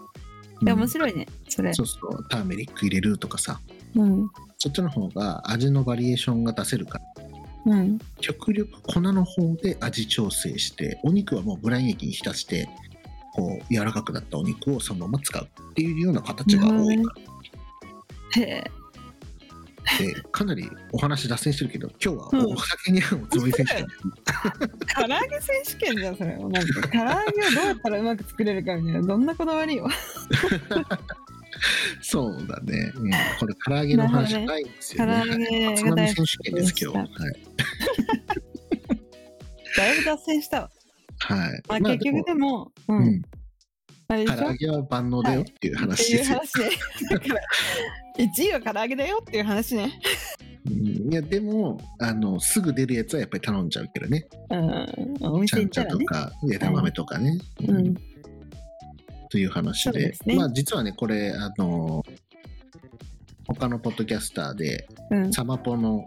[SPEAKER 2] うん
[SPEAKER 3] で面白いねそれ
[SPEAKER 2] そうそう、ターメリック入れるとかさ。
[SPEAKER 3] うん
[SPEAKER 2] そっちの方が味のバリエーションが出せるから。
[SPEAKER 3] うん
[SPEAKER 2] 極力粉の方で味調整して、お肉はもうブライン液に浸して、こう柔らかくなったお肉をそのまま使うっていうような形が多いから。
[SPEAKER 3] へえ
[SPEAKER 2] でかなりお話脱線してるけど今日
[SPEAKER 3] う
[SPEAKER 2] は
[SPEAKER 3] ん
[SPEAKER 2] お酒に合うおつもり選手権、
[SPEAKER 3] 唐揚げ選手権じゃんそれもうなんか唐揚げをどうやったらうまく作れるかみたいなどんなこだわりよ
[SPEAKER 2] <laughs> そうだね、うん、これ唐揚げの話じゃないんです
[SPEAKER 3] 唐
[SPEAKER 2] よね
[SPEAKER 3] 揚げ
[SPEAKER 2] つまみ
[SPEAKER 3] がだいぶ
[SPEAKER 2] 選手権です今日
[SPEAKER 3] は
[SPEAKER 2] はい
[SPEAKER 3] いだいぶ脱線したわ、
[SPEAKER 2] はい、
[SPEAKER 3] まあ、
[SPEAKER 2] まあ
[SPEAKER 3] 結局でも、
[SPEAKER 2] も
[SPEAKER 3] う
[SPEAKER 2] うんん
[SPEAKER 3] あれで
[SPEAKER 2] 唐
[SPEAKER 3] しょ
[SPEAKER 2] 揚げは万能だよっていう
[SPEAKER 3] って
[SPEAKER 2] 話
[SPEAKER 3] い
[SPEAKER 2] で
[SPEAKER 3] う
[SPEAKER 2] すよ、
[SPEAKER 3] 話でだから1位は唐揚げだよっていう話ね
[SPEAKER 2] うんいやでもあのすぐ出るやつはやっぱり頼んじゃうけどね
[SPEAKER 3] うんお
[SPEAKER 2] ちゃ
[SPEAKER 3] 店行
[SPEAKER 2] ん
[SPEAKER 3] っ
[SPEAKER 2] ちゃん
[SPEAKER 3] たら
[SPEAKER 2] と
[SPEAKER 3] ね
[SPEAKER 2] か枝豆とかね、
[SPEAKER 3] う
[SPEAKER 2] うん
[SPEAKER 3] ん
[SPEAKER 2] という話
[SPEAKER 3] そう
[SPEAKER 2] で
[SPEAKER 3] ですね
[SPEAKER 2] まあ実はねこれあの他のポッドキャスターで
[SPEAKER 3] うん
[SPEAKER 2] サマポの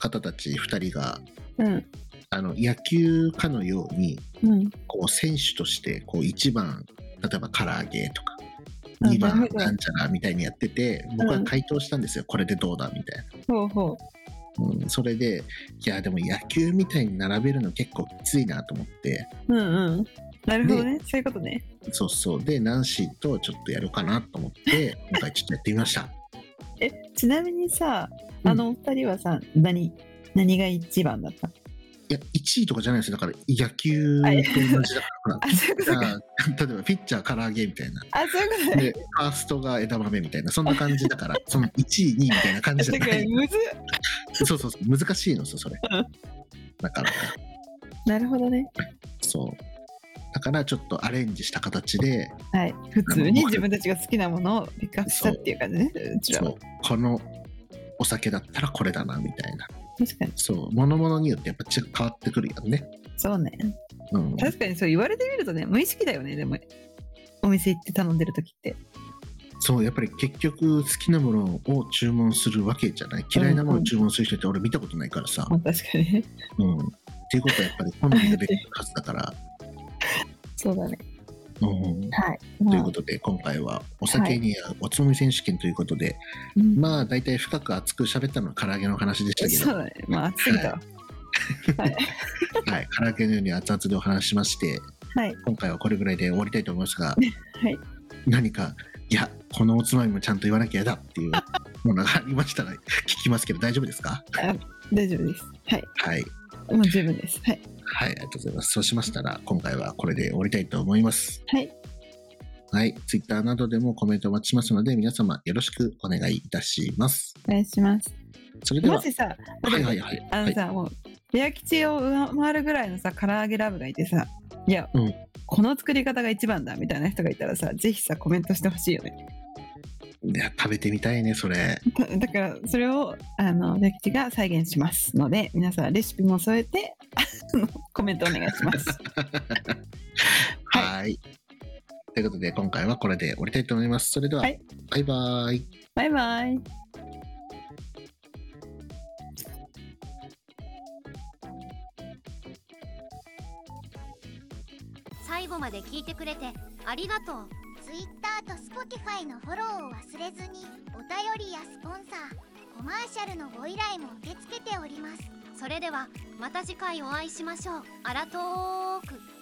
[SPEAKER 2] 方たち2人が
[SPEAKER 3] うん
[SPEAKER 2] あの野球かのように
[SPEAKER 3] うん
[SPEAKER 2] こう選手としてこう1番例えば唐揚げとか
[SPEAKER 3] あ
[SPEAKER 2] 2
[SPEAKER 3] な
[SPEAKER 2] 番
[SPEAKER 3] るほど
[SPEAKER 2] なんちゃらみたいにやってて僕
[SPEAKER 3] う
[SPEAKER 2] は
[SPEAKER 3] ん
[SPEAKER 2] 回答したんですよ、これでどうだみたい
[SPEAKER 3] ほうほ
[SPEAKER 2] な、うん、それでいやでも野球みたいに並べるの結構きついなと思って
[SPEAKER 3] ううんうんなるほどねそういうことね
[SPEAKER 2] そうそうでナンシーとちょっとやろうかなと思っ
[SPEAKER 3] <laughs>
[SPEAKER 2] て今回ちょっとやってみました
[SPEAKER 3] えちなみにさ
[SPEAKER 2] うん
[SPEAKER 3] あのお二人はさ、何何が一番だった
[SPEAKER 2] いや1位とかじゃないですよだから野球と同じだから
[SPEAKER 3] あそういうこと
[SPEAKER 2] ほ
[SPEAKER 3] から
[SPEAKER 2] <laughs> 例えばピッチャー唐揚げみた
[SPEAKER 3] <laughs>
[SPEAKER 2] いな
[SPEAKER 3] あそういうことね
[SPEAKER 2] でファーストが枝豆みたいなそんな感じだからその1位2位みたいな感じじ
[SPEAKER 3] <laughs>
[SPEAKER 2] ゃ
[SPEAKER 3] だ
[SPEAKER 2] な
[SPEAKER 3] から
[SPEAKER 2] い
[SPEAKER 3] むず
[SPEAKER 2] そうそうそう難しいのさそれ
[SPEAKER 3] うん
[SPEAKER 2] だから
[SPEAKER 3] なるほどね
[SPEAKER 2] そうだからちょっとアレンジした形で
[SPEAKER 3] はい普通に自分たちが好きなものをピックアップしたっていう感じねうちら
[SPEAKER 2] そ
[SPEAKER 3] は
[SPEAKER 2] うこのお酒だったらこれだなみたいな
[SPEAKER 3] 確かに
[SPEAKER 2] そう物々によってやっぱ違変わってくるよね
[SPEAKER 3] そうね
[SPEAKER 2] うん
[SPEAKER 3] 確かにそう言われてみるとね無意識だよねでもお店行って頼んでる時って
[SPEAKER 2] そうやっぱり結局好きなものを注文するわけじゃない嫌いなものを注文する人って俺見たことないからさ
[SPEAKER 3] まあ確かに
[SPEAKER 2] うんっていうことはやっぱり好みができるはずだから、
[SPEAKER 3] そうだね
[SPEAKER 2] うん、
[SPEAKER 3] はい
[SPEAKER 2] とい
[SPEAKER 3] ま
[SPEAKER 2] う
[SPEAKER 3] あ
[SPEAKER 2] ことで今回はお酒に合うおつまみ選手権ということで、
[SPEAKER 3] うん
[SPEAKER 2] まあ大体深く熱く喋ったのは唐揚げの話でした
[SPEAKER 3] そ
[SPEAKER 2] け
[SPEAKER 3] うだねまあ暑すぎたわ
[SPEAKER 2] ど、はい、唐揚げのように熱々でお話ししまして
[SPEAKER 3] はい
[SPEAKER 2] 今回はこれぐらいで終わりたいと思いますが、
[SPEAKER 3] はい
[SPEAKER 2] 何かいやこのおつまみもちゃんと言わなきゃやだっていうものがありましたら聞きますけど大丈夫ですか
[SPEAKER 3] 大丈夫ですはい
[SPEAKER 2] はい、
[SPEAKER 3] もう十分ですはい
[SPEAKER 2] はい、ありがとうございますそうしましたら今回はこれで終わりたいと思います
[SPEAKER 3] はい
[SPEAKER 2] はい、Twitter などでもコメントお待ちしますので皆様よろしくお願いいたします
[SPEAKER 3] お願いします
[SPEAKER 2] それでは
[SPEAKER 3] もしさ
[SPEAKER 2] はいはいはい。
[SPEAKER 3] あ
[SPEAKER 2] は
[SPEAKER 3] の
[SPEAKER 2] い、
[SPEAKER 3] さ、もうレア吉を上回るぐらいのさ唐揚げラブがいてさいや、
[SPEAKER 2] うん
[SPEAKER 3] この作り方が一番だみたいな人がいたらさぜひさコメントしてほしいよね
[SPEAKER 2] いや食べてみたいね、それ。
[SPEAKER 3] ただからそれをあのレア吉が再現しますので皆さんレシピも添えてあのコメントお願いします
[SPEAKER 2] <laughs> はい。ということで、今回はこれで終わりたいと思います。それでは、
[SPEAKER 3] はい
[SPEAKER 2] バイバーイ。
[SPEAKER 3] バイバイ
[SPEAKER 1] 最後まで聞いてくれてありがとう Twitter と Spotify のフォローを忘れずにお便りやスポンサーコマーシャルのご依頼も受け付けておりますそれではまた次回お会いしましょうあらとーく